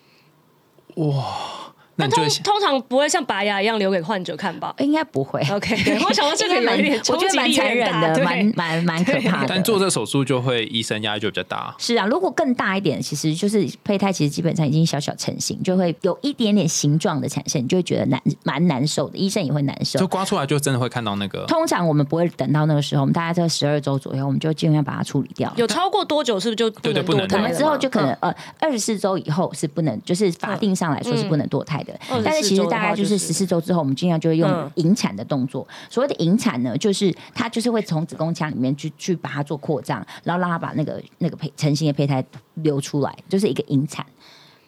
那但你就通会通常不会像拔牙一样留给患者看吧应该不会。 ？OK，我想到这个哎应该有蛮一点， 我冲觉得击蛮力有残点忍大的，对蛮蛮蛮可怕的。但做这手术就会医生压力就比较大。是啊，如果更大一点，其实就是胚胎，其实基本上已经小小成型，就会有一点点形状的产生，你就会觉得难蛮难受的，医生也会难就受。刮出来就真的会看到那个，通常我们不会等到那个时候，我们大概在十二周左右，我们就尽量把它处理掉。有超过多久是不是就不对对能不能堕了胎了我嗯们吗？之后就可能、呃，二十四周以后是不能，就是法定上来说是不能堕胎的。嗯但是其实大概就是24十四周之后，我们尽量就会嗯用引产的动作。所谓的引产呢，就是它就是会从子宫腔里面去去把它做扩张，然后让它把那个那个胚成型的胚胎流出来，就是一个引产。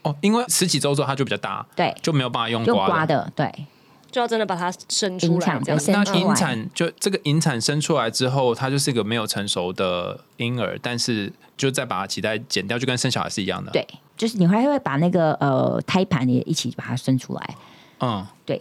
哦，因为十几周之后它就比较大，对就没有办法用用嗯刮刮的。的，对，就要真的把它生出来影响这样的子。生那出来引产就这个引产生出来之后，它就是一个没有成熟的婴儿，但是就再把脐带剪掉，就跟生小孩是一样的。，对，就是你还会把那个呃胎盘也一起把它生出来，嗯，对，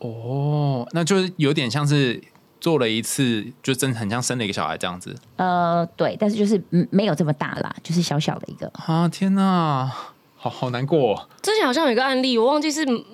哦，那就是有点像是做了一次，就真的很像生了一个小孩这样子呃，对，但是就是嗯没有这么大啦，就是小小的一个。啊！天哪，好好难过、哦。之前好像有一个案例，我忘记是。嗯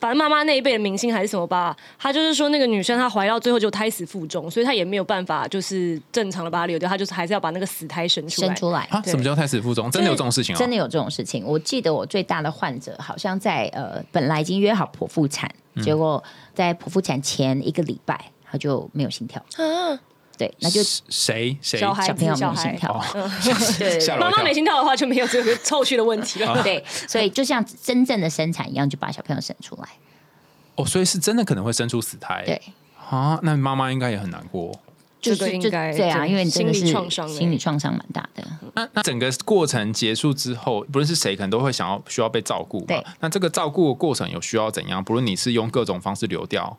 反正妈妈那一辈的明星还是什么吧，她就是说那个女生她怀到最后就胎死腹中，所以她也没有办法就是正常的把它流掉，她就是还是要把那个死胎生出来。生出来啊，对什么叫胎死腹中？真的有这种事情哦？真的有这种事情。我记得我最大的患者好像在呃，本来已经约好剖腹产，嗯结果在剖腹产前一个礼拜他就没有心跳，啊，对，那就谁谁 小孩小朋友子小没有心孩，跳，哦对吓了我妈一妈跳没心跳的话就没有这个凑去的问题啊了。对，所以就像真正的生产一样，就把小朋友生出来。哦，所以是真的可能会生出死胎。对，啊，那妈妈应该也很难过。就这个是应就该对啊，真因为你真的心是理创伤欸心理创伤蛮大的。那那整个过程结束之后，不论是谁，可能都会想要需要被照顾嘛对。那这个照顾的过程有需要怎样？不论你是用各种方式流掉，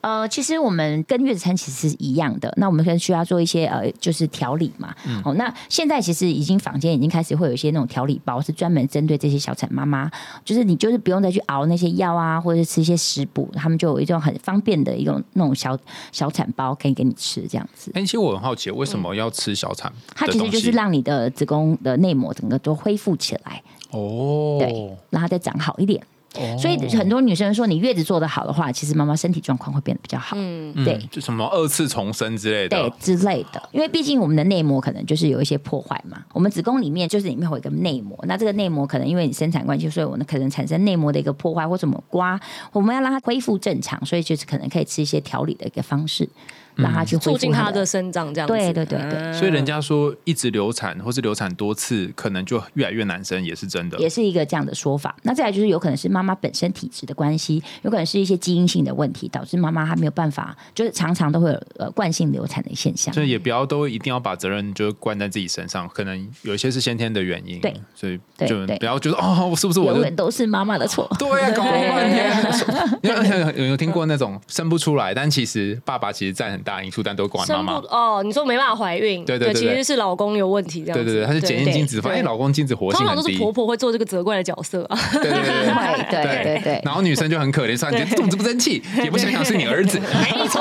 呃，其实我们跟月子餐其实是一样的，那我们可能需要做一些呃，就是调理嘛。嗯哦，那现在其实已经房间已经开始会有一些那种调理包，是专门针对这些小产妈妈，就是你就是不用再去熬那些药啊，或者是吃一些食补，他们就有一种很方便的一种那种小小产包可以给你吃这样子。哎、其实我很好奇，为什么要吃小产嗯它的其东实西？就是让你的子宫的内膜整个都恢复起来，对哦，，让它再长好一点。对所以很多女生说，你月子做得好的话，其实妈妈身体状况会变得比较好。对嗯就什么二次重生之类对的。之类的，因为毕竟我们的内膜可能就是有一些破坏嘛。我们子宫里面就是里面会有一个内膜，那这个内膜可能因为你生产关系，所以我们可能产生内膜的一个破坏或什么刮，我们要让它恢复正常，所以就是可能可以吃一些调理的一个方式，让它去恢复促进她它的。生长，这样子。嗯对对对对，所以人家说一直流产或是流产多次，可能就越来越难生，也是真的。也是一个这样的说法。那再来就是有可能是妈妈本身体质的关系，有可能是一些基因性的问题，导致妈妈她没有办法，就是常常都会有呃惯性流产的现象所。以也不要都一定要把责任就灌在自己身上，可能有一些是先天的原因，对，所以对就对不要觉得哦，我是不是我永就远都是妈妈的错。对呀、搞了半天。有有有听过那种生不出来，但其实爸爸其实占很大因素，但都怪妈生妈不。哦，你说没办法怀孕，对对对对其实是老公有问题这样对子。对对，她是检验精子，发现哎，老公精子活性通常很都低是。婆婆会做这个责怪的角色啊。对对对对 对对对对，然后女生就很可怜，说你这肚子不争气，也不想想是你儿子。没错。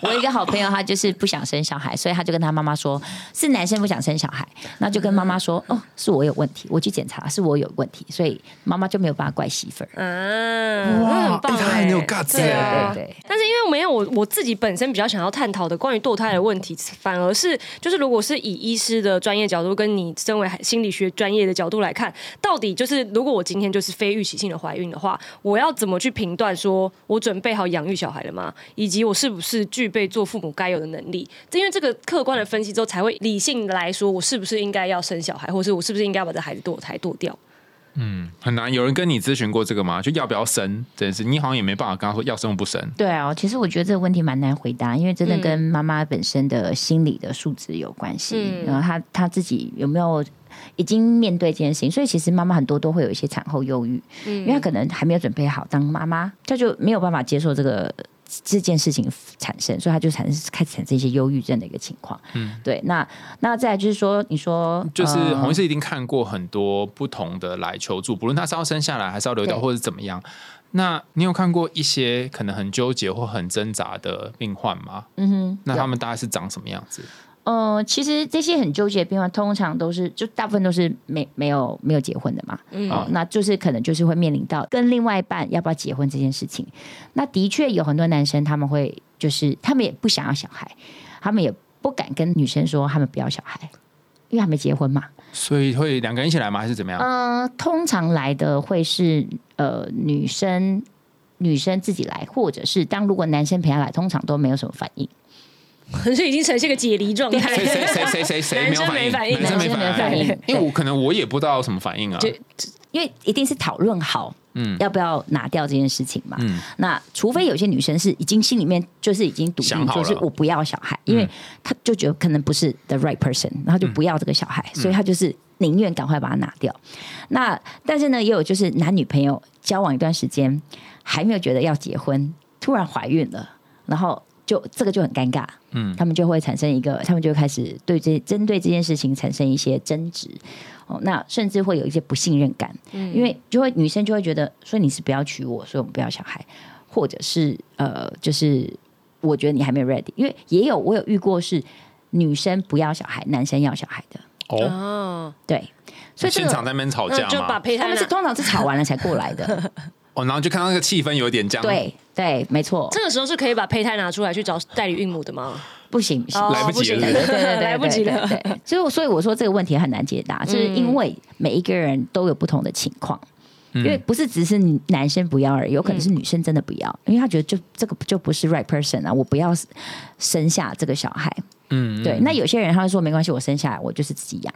我有一个好朋友，他就是不想生小孩，所以他就跟他妈妈说，是男生不想生小孩，那就跟妈妈说，哦，是我有问题，我去检查，是我有问题，所以妈妈就没有办法怪媳妇儿。啊，哇那很棒、哎欸，他很有 guts 对啊欸对对对但是因为没有我我自己本身比较想要探讨的关于堕胎的问题，反而是就是如果是以医师的专业角度跟你身为心理学专业的角度来看，到底就是如果我今天就是非预期性的怀孕的话，我要怎么去评断说我准备好养育小孩了吗？以及我是不是具备做父母该有的能力？因为这个客观的分析之后，才会理性的来说，我是不是应该要生小孩，或是我是不是应该把这孩子堕胎 堕掉？很难，有人跟你咨询过这个吗？就要不要生这件事，你好像也没办法跟他说要生或不生。对啊，其实我觉得这个问题蛮难回答，因为真的嗯跟妈妈本身的心理的素质有关系，然后她她自己有没有。已经面对这件事情，所以其实妈妈很多都会有一些产后忧郁，嗯因为她可能还没有准备好当妈妈，她就没有办法接受这个这件事情产生，所以她就产生开始产生一些忧郁症的一个情况。嗯，对。那那再来就是说，你说就是呃洪医师一定看过很多不同的来求助，不论他是要生下来还是要流掉，对或者怎么样。那你有看过一些可能很纠结或很挣扎的病患吗？嗯哼，那有他们大概是长什么样子？呃，其实这些很纠结的病患，通常都是就大部分都是没没有没有结婚的嘛，嗯、哦，那就是可能就是会面临到跟另外一半要不要结婚这件事情。那的确有很多男生他们会就是他们也不想要小孩，他们也不敢跟女生说他们不要小孩，因为还没结婚嘛。所以会两个人一起来吗？还是怎么样？呃，通常来的会是呃女生女生自己来，或者是当如果男生陪她来，通常都没有什么反应。可是已经呈现一个解离状态。谁谁谁谁谁谁男没有生没反反应？应男男生没没反应因为我可能我也不知道有什么反应啊。就因为一定是讨论好，嗯，要不要拿掉这件事情嘛。嗯那除非有些女生是已经心里面就是已经笃想定，好了嗯就是我不要小孩，因为她就觉得可能不是 the right person，然后就不要这个小孩，嗯所以她就是宁愿赶快把它拿掉。那但是呢，也有就是男女朋友交往一段时间，还没有觉得要结婚，突然怀孕了，然后就这个就很尴尬，嗯，他们就会产生一个，他们就开始对这针对这件事情产生一些争执，哦，那甚至会有一些不信任感，因为就会女生就会觉得说你是不要娶我，所以我们不要小孩，或者是呃，就是我觉得你还没有 ready，因为也有我有遇过是女生不要小孩，男生要小孩的，哦，哦，对，嗯所以这现场个在那边吵那架就把嘛。胚他胎们是拿。通常是吵完了才过来 的，哦，然后就看到那个气氛有点僵。，对对，没错，这个时候是可以把胚胎拿出来去找代理孕母的吗？不行不行。哦来不及了行是不对对对来不及了。嗯对，对所以我所以我说这个问题很难解答，就是因为每一个人都有不同的情况。嗯因为不是只是男生不要而已，有可能是嗯女生真的不要，因为她觉得就这个就不是 right person 啊，我不要生下这个小孩。嗯，对，那有些人他会说没关系，我生下来我就是自己养，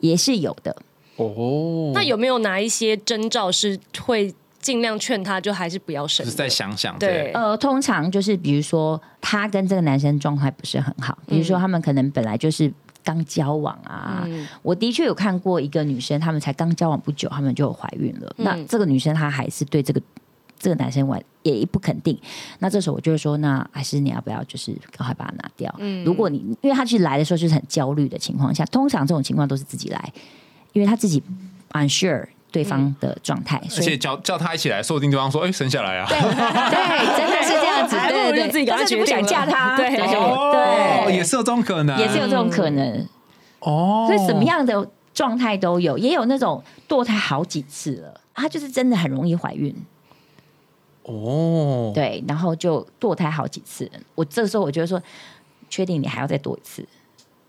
也是有的。哦，那有没有哪一些征兆是会尽量劝她，就还是不要生就的？是再想想，对，，呃，通常就是比如说，他跟这个男生状态不是很好，比如嗯说他们可能本来就是刚交往啊。我的确有看过一个女生，他们才刚交往不久，他们就有怀孕了。嗯那这个女生她还是对这个这个男生玩也不肯定。那这时候我就会说，那还是你要不要就是赶快把它拿掉？嗯如果你因为他去来的时候就是很焦虑的情况下，通常这种情况都是自己来，因为他自己 unsure 对方的状态，嗯而所以且叫叫他一起来，说不定对方说，哎，生下来啊。 对，真的是这样子，还不如对就对自己对，给他但是决不定想了嫁他，对对哦， 也对，是有这种可能，也是有这种可能，哦，所以怎么？样的状态都有，也有那种堕胎好几次了，她就是真的很容易怀孕，哦，对，然后就堕胎好几次，我这时候我就会说，确定你还要再堕一次。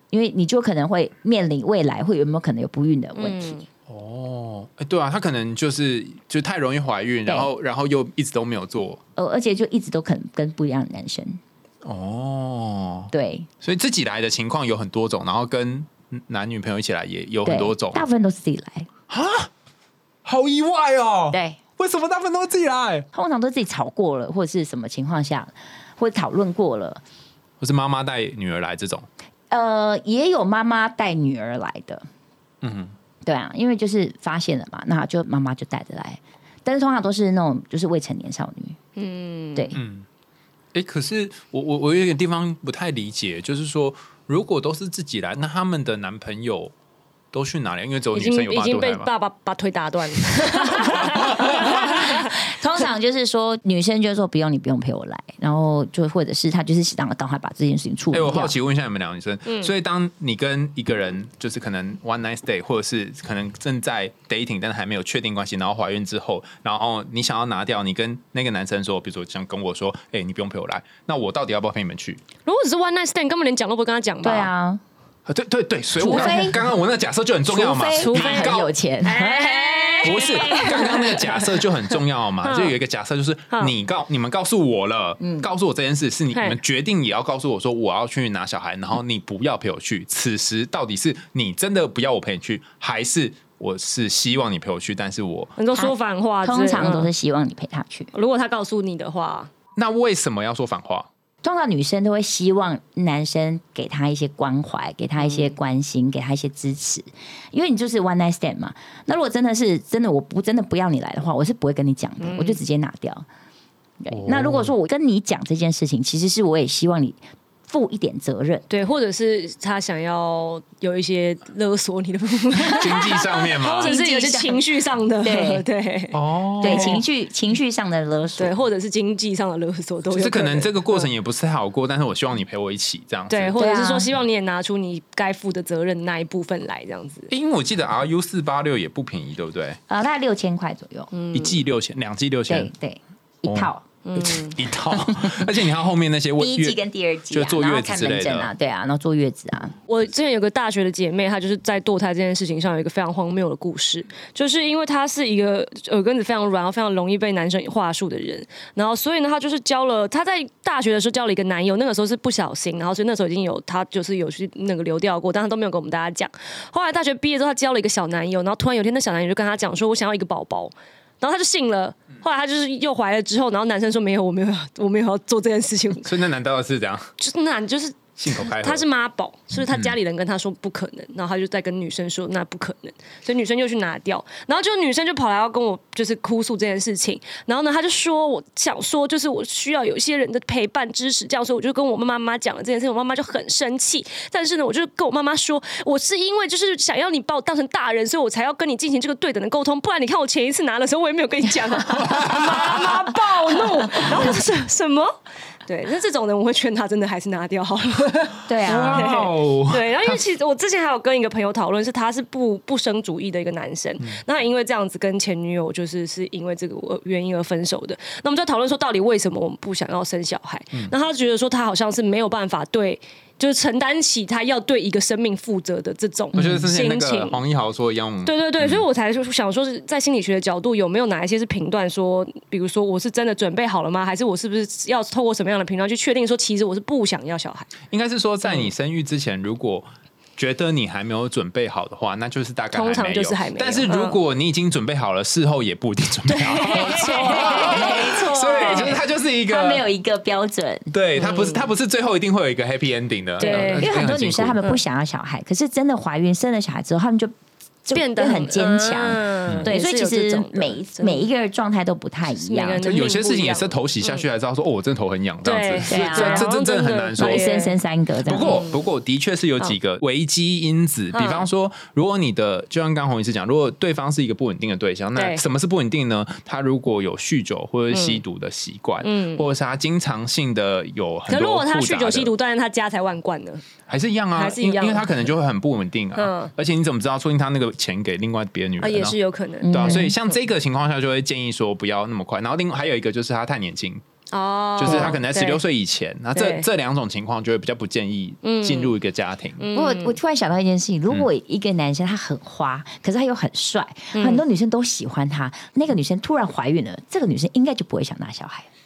因为你就可能会面临未来会有没有可能有不孕的问嗯题，哦，哎，对啊，她可能就是就太容易怀孕，对然后然后又一直都没有做，呃、而且就一直都可能跟不一样的男生，哦，对所以自己来的情况有很多种，然后跟男女朋友一起来也有对，很多种，大部分都是自己来，好意外哦，对，为什么大部分都自己来？通常都自己吵过了，或者是什么情况下，或者讨论过了，或是妈妈带女儿来这种，呃，也有妈妈带女儿来的，嗯，对啊，因为就是发现了嘛，那就妈妈就带着来，但是通常都是那种就是未成年少女，嗯，对，哎，可是我我我有一个地方不太理解，就是说，如果都是自己来，那他们的男朋友都去哪里？因为只有已女生经有已八经度被海嘛。爸爸把腿打 断了。通常就是说，女生就说不用，你不用陪我来，然后就或者是她就是想赶快把这件事情处哎、理我掉好。奇问一下你们两个女生，嗯所以当你跟一个人就是可能 one night stay，或者是可能正在 dating，但是还没有确定关系，然后怀孕之后，然后你想要拿掉，你跟那个男生说，比如说像跟我说，哎、你不用陪我来，那我到底要不要陪你们去？如果只是 one night stand，根本连讲都不跟他讲吧？对，啊，啊，对对对，所以我除刚非刚刚我那个假设就很重要嘛，除非非很有钱， 不是，刚刚那个假设就很重要嘛， 嗯就有一个假设就是嗯你告你们告诉我了，告诉我这件事是你你嘿们决定也要告诉我说我要去拿小孩，然后你不要陪我嗯去。此时到底是你真的不要我陪你去，还是我是希望你陪我去？但是我能够说反话之类通的，常都是希望你陪她去。嗯。如果他告诉你的话，那为什么要说反 话？通常女生都会希望男生给她一些关怀，给她一嗯些关心，给她一些支持，因为你就是 one night stand 嘛。那如果真的是真的，我不真的不要你来的话，我是不会跟你讲的，嗯我就直接拿掉。对，哦那如果说我跟你讲这件事情，其实是我也希望你负一点责任。对，或者是他想要有一些勒索你的部分，经济上面吗或？者是有些情绪上的，对对哦，嗯对情绪情绪上的勒索对，，或者是经济上的勒索都有。这可能这个过程也不是太好过，但是我希望你陪我一起这样子。对，或者是对啊说希望你也拿出你该负的责任那一部分来，这样子。因为我记得 R U 四八六也不便宜，对不对？呃，大概六千块左右，嗯一季六千，两季六对千对，一套。一套，而且你看后面那些问第一季哦月跟第二季、啊，就坐然后月子看之类门诊的啊，对啊，然后坐月子啊，我之前有个大学的姐妹，她就是在堕胎这件事情上有一个非常荒谬的故事，就是因为她是一个耳根子非常软，然后非常容易被男生话术的人，然后所以呢，她就是交了，她在大学的时候交了一个男友，那个时候是不小心，然后所以那时候已经有她就是有去那个流调过，但她都没有跟我们大家讲。后来大学毕业之后，她交了一个小男友，然后突然有一天那小男友就跟她讲说，我想要一个宝宝。然后她就信了，后来她就是又怀了之后，然后男生说没有，我没有要，我没有要做这件事情，所以那难道是这样就是那就是信口开河？他是妈宝，所以他家里人跟他说不可能，然后他就在跟女生说那不可能，所以女生就去拿掉，然后就女生就跑来要跟我就是哭诉这件事情，然后呢，他就说我想说就是我需要有一些人的陪伴支持，这样，所以我就跟我妈妈讲了这件事情，我妈妈就很生气，但是呢，我就跟我妈妈说我是因为就是想要你把我当成大人，所以我才要跟你进行这个对等的沟通，不然你看我前一次拿的时候我也没有跟你讲啊，妈妈暴怒，然后就是什么？对，那这种人我会劝他真的还是拿掉好了。对啊，哇哦，对， 然后因为其实我之前还有跟一个朋友讨论，是他是不不生主义的一个男嗯生，那因为这样子跟前女友就是是因为这个原因而分手的。那我们就讨论说，到底为什么我们不想要生小孩？嗯那他觉得说，他好像是没有办法对，就是承担起他要对一个生命负责的这种我觉得之前那心个情。黄一嗯豪说一样，对对对，所以我才说想说是在心理学的角度，有没有哪一些是评断说，比如说我是真的准备好了吗？还是我是不是要透过什么样的评断去确定说，其实我是不想要小孩？应该是说在嗯你生育之前，如果觉得你还没有准备好的话，那就是大概还没有通常就是还没有但是如果你已经准备好了，事后也不一定准备好。嗯没错，所以就是它就是一他没个，有一个标准。对它不是它不是最后一定会有一个 happy ending 的。对嗯因因为很多女生她。这个辛苦们不想要小孩，可是真的怀孕生了小孩之后，她们就就变得很坚强。嗯对，也所以是其有这实种的嗯每一每一个人状态都不太一每样个。人就的有些命不事情一也样是头洗下去才知道说哦，我真的头很痒这样子，对对啊这这好这像这真的很难对说然后。一生生三个这不样。过，嗯不过的确是有几个危机因子，比方说，如果你的就像刚红医师讲，如果对方是一个不稳定的对象，那对什么是不稳定呢？他如果有酗酒或者吸毒的习惯，嗯，或者是他经常性的有很多可如果他复杂酗的酒吸毒，但是他家财万贯呢？还是一样啊，还是一样因因为他可能就会很不稳定啊，嗯而且你怎么知道？说不定他那个钱给另外别的女人、啊，呢？也是有可能嗯对啊，所以像这个情况下，就会建议说不要那么快。然后另外还有一个就是他太年轻，哦。就是他可能在十对六，岁以前，那这对嗯这两种情况就会比较不建议进入一个家庭。不过我突然想到一件事嗯情：如果一个男生他很花，可是他又很帅，嗯很多女生都喜欢他，那个女生突然怀孕了，这个女生应该就不会想拿小孩。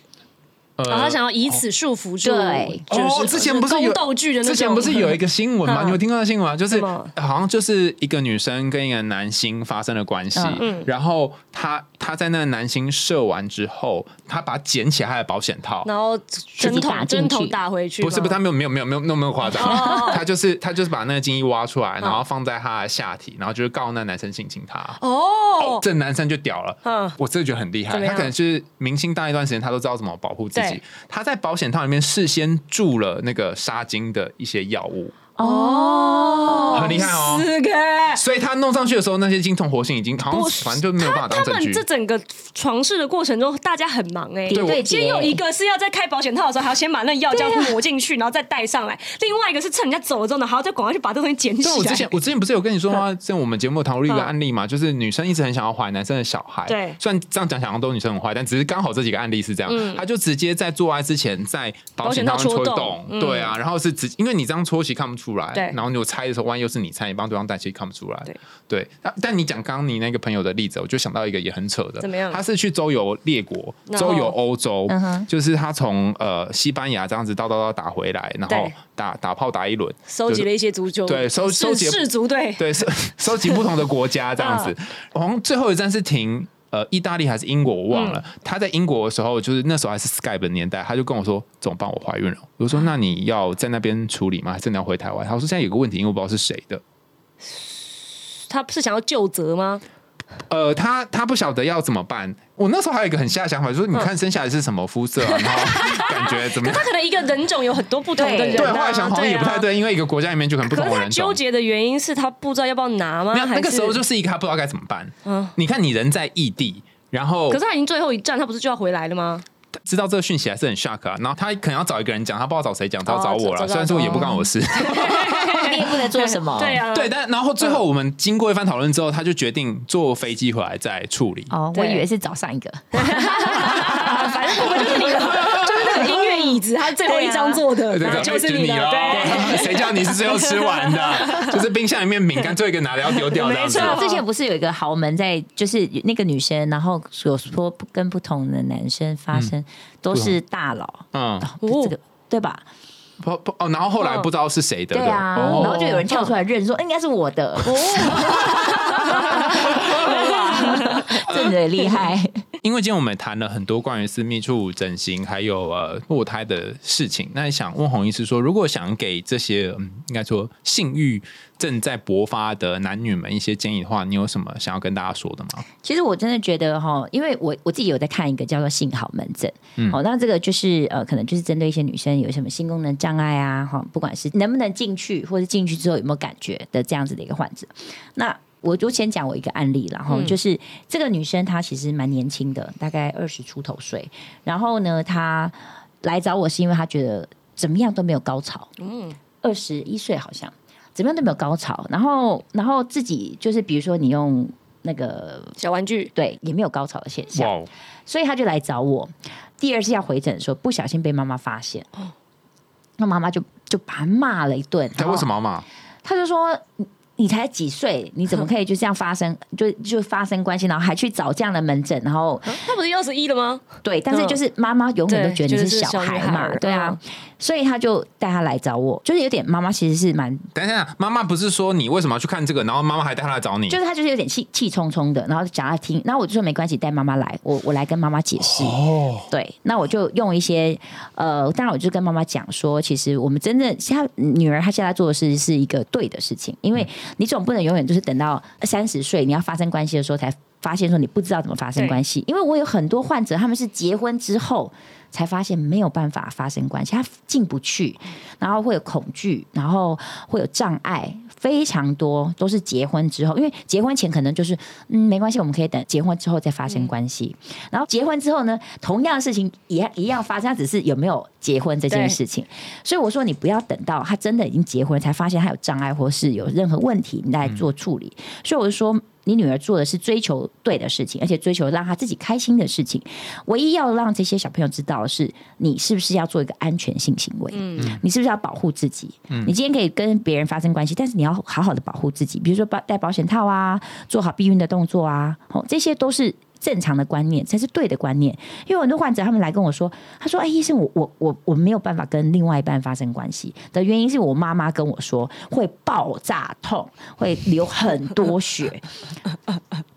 呃哦，他想要以此束缚住，对就是哦，之前不是有宫斗剧的那种之前不是有一个新闻吗？ 嗯你有听过那新闻吗？就是什么好像就是一个女生跟一个男星发生了关系，嗯然后她她在那个男星射完之后，她把捡起她的保险套，然后针打筒进针筒去打回去吗，哦不是不是，他没有没有没有没有那么夸张，他就是他就是把那个精液挖出来，然后放在他的下体，然后就是告那男生性侵他。嗯哦，这男生就屌了嗯，我真的觉得很厉害。怎么他样可能就是明星当一段时间，他都知道怎么保护自对己，她在保险套里面事先注了那个杀精的一些药物，哦很厉害哦四个。所以她弄上去的时候，那些精虫活性已经好像不反正就没有办法当他证们据这。整个床试的过程中，大家很忙哎、叠对叠先有一个是要在开保险套的时候，还要先把那药胶抹进去，然后再戴上来；另外一个是趁人家走了之后呢，还要再赶快去把这东西捡起对，我之前来。我之前不是有跟你 说吗？在我们节目讨论一个嗯案例嘛，就是女生一直很想要怀男生的小孩。对嗯虽然这样讲想像都是女生很坏，但只是刚好这几个案例是这样。她就直接在做爱之前在保险套上保戳险一套洞戳洞，嗯对啊，然后是直因为你这样戳其实看不出来，对然后你有猜的时候，万一又是你猜，你帮对方戴其实看不出来对。对，但但你讲刚刚你那个朋友的例子，我就想到一个也很扯的，怎么样他是去周游列国，然后周游欧洲嗯哼，就是他从呃西班牙这样子叨叨叨打回来，然后对打打炮打一轮，收集了一些足球，对收是收集氏 族队，对，收收集不同的国家这样子。好像最后一站是停呃意大利还是英国，我忘了。他在英国的时候，就是那时候还是 Skype 的年代，他就跟我说：“怎么办？我怀孕了。”我说：“那你要在那边处理吗？还是你要回台湾？”他说：“现在有个问题，因为我不知道是谁的。”他是想要救责吗？呃，他他不晓得要怎么办。我那时候还有一个很瞎的想法，就是你看生下来是什么肤色、啊，然后感觉怎么样他？可能一个人种有很多不同的人、啊，对，后来想好像也不太对啊。对，因为一个国家里面就可能不可同是的他人种纠。结的原因是他不知道要不要拿吗？没有，那还个是时候就是一个他不知道该怎么办。嗯你看，你人在异地，然后可是他已经最后一站，他不是就要回来了吗？知道这个讯息还是很 shock 啊。然后他可能要找一个人讲，他不知道找谁讲，他要哦找我找了。找哦虽然说找也不关我 事，你也不能做什 么。对啊，对。但然后最后我们经过一番讨论之后，他就决定坐飞机回来再处理。哦，我对以为是早上一个，啊，反正我们就是你的，就是那个音乐椅子，它最后一张坐的，这然个后就是你的，对。哦，谁叫你是最后吃完 的？就是冰箱里面饼干最后一个拿了要丢掉这样子没。错之前不是有一个豪门在，就是那个女生，然后有说不跟不同的男生发生，都是大佬，嗯，哦 这个对吧？不不哦，然后后来不知道是谁的，对啊，哦然后就有人跳出来认说，哎应该是我的， 啊 真的厉害。因为今天我们谈了很多关于私密处整形还有呃堕胎的事情，那想问洪医师说，如果想给这些嗯，应该说性欲正在勃发的男女们一些建议的话，你有什么想要跟大家说的吗？其实我真的觉得哈，因为我我自己有在看一个叫做性好门诊，好、那这个就是呃，可能就是针对一些女生有什么性功能障碍啊，哈，不管是能不能进去，或者进去之后有没有感觉的这样子的一个患者，那。我就先讲我一个案例啦，然后就是这个女生她其实蛮年轻的，大概二十出头岁。然后呢，她来找我是因为她觉得怎么样都没有高潮，嗯，二十一岁好像怎么样都没有高潮。然后，然后自己就是比如说你用那个小玩具，对，也没有高潮的现象，哦，所以他就来找我。第二次要回诊的时候，不小心被妈妈发现，那妈妈就就把他骂了一顿。他为什？么嘛？他就说你你才几岁，你怎么可以就这样发生就就发生关系，然后还去找这样的门诊，然后他不是二十一了吗？对，但是就是妈妈永远都觉得你是小孩对觉得是小女孩嘛，儿对啊，所以他就带他来找我，就是有点妈妈其实是蛮等一下，妈妈不是说你为什么要去看这个，然后妈妈还带她来找你？就是他就是有点气气冲冲的，然后讲他听，然后我就说没关系，带妈妈来，我我来跟妈妈解释。哦，对，那我就用一些呃，当然我就跟妈妈讲说，其实我们真正她女儿她现在做的事是一个对的事情，因为你总不能永远就是等到三十岁你要发生关系的时候才发现说你不知道怎么发生关系，因为我有很多患者他们是结婚之后。才发现没有办法发生关系，他进不去，然后会有恐惧，然后会有障碍，非常多都是结婚之后，因为结婚前可能就是嗯没关系，我们可以等结婚之后再发生关系。然后结婚之后呢，同样的事情也一样发生，它只是有没有结婚这件事情。所以我说你不要等到他真的已经结婚才发现他有障碍或是有任何问题，你再做处理。所以我就说。你女儿做的是追求对的事情，而且追求让她自己开心的事情。唯一要让这些小朋友知道的是，你是不是要做一个安全性行为？你是不是要保护自己？你今天可以跟别人发生关系，但是你要好好的保护自己，比如说保戴保险套啊，做好避孕的动作啊，哦，这些都是。正常的观念才是对的观念，因为很多患者他们来跟我说，他说：“哎，医生，我我我我没有办法跟另外一半发生关系的原因是我妈妈跟我说会爆炸痛，会流很多血。”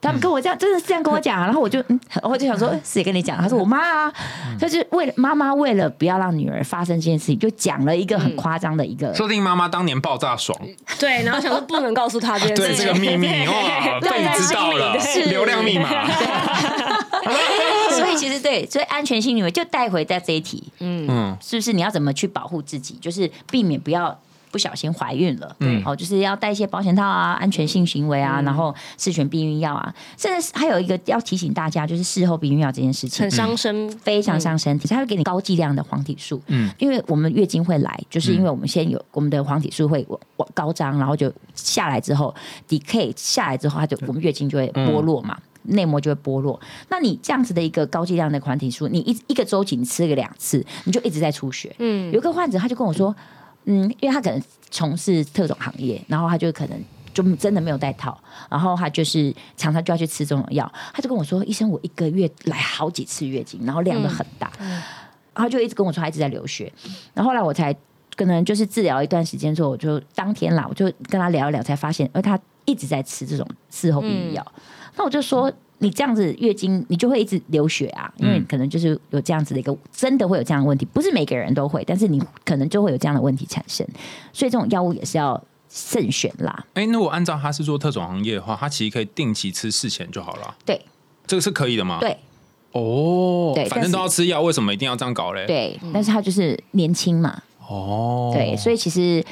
他们跟我这样，真的是这样跟我讲啊，然后我就，嗯，我就想说，谁跟你讲？他说我妈啊，他就是为了妈妈为了不要让女儿发生这件事情，就讲了一个很夸张的一个，说不定妈妈当年爆炸爽，对，然后想说不能告诉他这件对事这情，个秘密哇，对被 你知道了对，流量密码。 所以以其实对，所以安全性你们就带回在这一题，嗯，是不是你要怎么去保护自己，就是避免不要。不小心怀孕了，嗯，哦，就是要带一些保险套啊、安全性行为啊，然后事前避孕药啊，甚至是还有一个要提醒大家，就是事后避孕药这件事情很，伤身。非常伤身体，它会给你高剂量的黄体素，嗯，因为我们月经会来，就是因为我们先有我们的黄体素会往往高涨，然后就下来之后，decay 下来之后，它就我们月经就会剥落嘛。内膜就会剥落，那你这样子的一个高剂量的黄体素，你一一个周期你吃个两次，你就一直在出血。嗯，有一个患者他就跟我说，嗯，因为他可能从事特种行业，然后他就可能就真的没有戴套，然后他就是常常就要去吃这种药。他就跟我说，医生，我一个月来好几次月经，然后量都很大，然后就一直跟我说他一直在流血，然后后来我才可能就是治疗一段时间之后，我就当天啦，我就跟他聊一聊，才发现，而呃他一直在吃这种事后避孕药。那我就说，你这样子月经你就会一直流血啊，因为可能就是有这样子的一个，真的会有这样的问题，不是每个人都会，但是你可能就会有这样的问题产生，所以这种药物也是要慎选啦。哎、那如果按照他是做特种行业的话，他其实可以定期吃事前就好了，对这个是可以的吗？，对哦对，反正都要但吃药，为什么一定要这样搞嘞？，对，但是他就是年轻嘛，哦，对，所以以其实。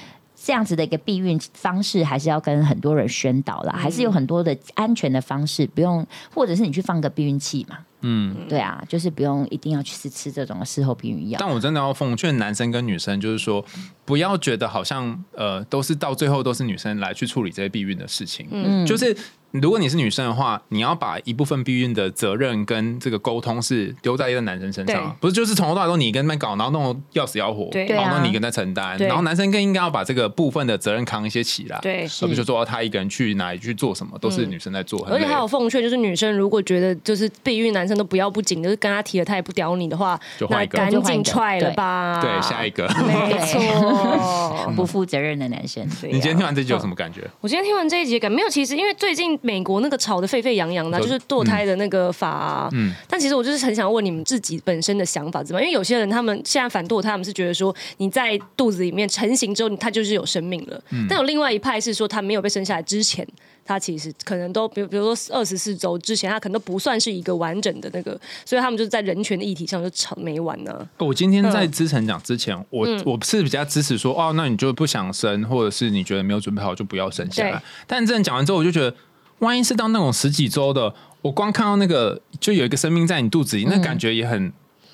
这样子的一个避孕方式，还是要跟很多人宣导啦，还是有很多的安全的方式，不用，或者是你去放个避孕器嘛，嗯，对啊，就是不用一定要去吃吃这种事后避孕药。但我真的要奉劝男生跟女生，就是说不要觉得好像呃都是到最后都是女生来去处理这些避孕的事情，嗯，就是。如果你是女生的话，你要把一部分避孕的责任跟这个沟通是丢在一个男生身上啊对，不是就是从头到尾都你跟那边搞，然后弄得要死要活，对然后对啊弄你跟他承担，对然后男生更应该要把这个部分的责任扛一些起来，嗯对而不是说哦他一个人去哪里去做什么，都是女生在做，很而且累还有奉劝，就是女生如果觉得就是避孕男生都不要不紧，就是跟他提了他也不屌你的话就，换那一个赶就换一紧个踹了吧。对下一 个，没 错。 不负责任的男生，对你今天听啊完这句有什么感觉？我今天听完这一集，感没有，其实因为最近美国那个吵得沸沸扬扬的啊，你就说是堕胎的那个法、啊。嗯嗯但其实我就是很想问你们自己本身的想法怎么样，因为有些人他们现在反堕胎，他们是觉得说你在肚子里面成型之后，他就是有生命了。嗯但有另外一派是说，他没有被生下来之前，他其实可能都，比如比如说二十四周之前，他可能都不算是一个完整的那个，所以他们就在人权的议题上就吵没完啊呢、哦我今天嗯在支撑讲之前，我、我是比较支持说，哦，那你就不想生，或者是你觉得没有准备好就不要生下对来。但真的讲完之后，我就觉得，万一是到那种十几周的，我光看到那个就有一个生命在你肚子里，那感觉也很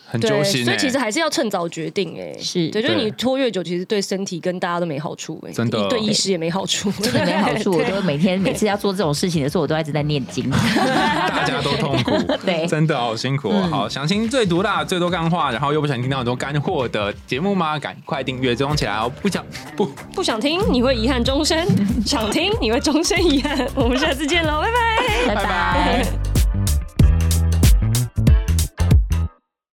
很嗯对，揪心、欸。所以其实还是要趁早决定哎、是对，就是对你拖越久，其实对身体跟大家都没好处哎、真的对医师也没好处，真没好处。我都每天每次要做这种事情的时候，我都一直在念经。大家都痛 苦，对真的好辛苦、哦。嗯好，想听最毒辣、最多干话，然后又不想听到很多干货的节目吗？赶快订阅，追踪起来哦！不想不。 不想听你会遗憾终身，想听你会终身遗憾。我们下次见喽，拜拜。拜拜。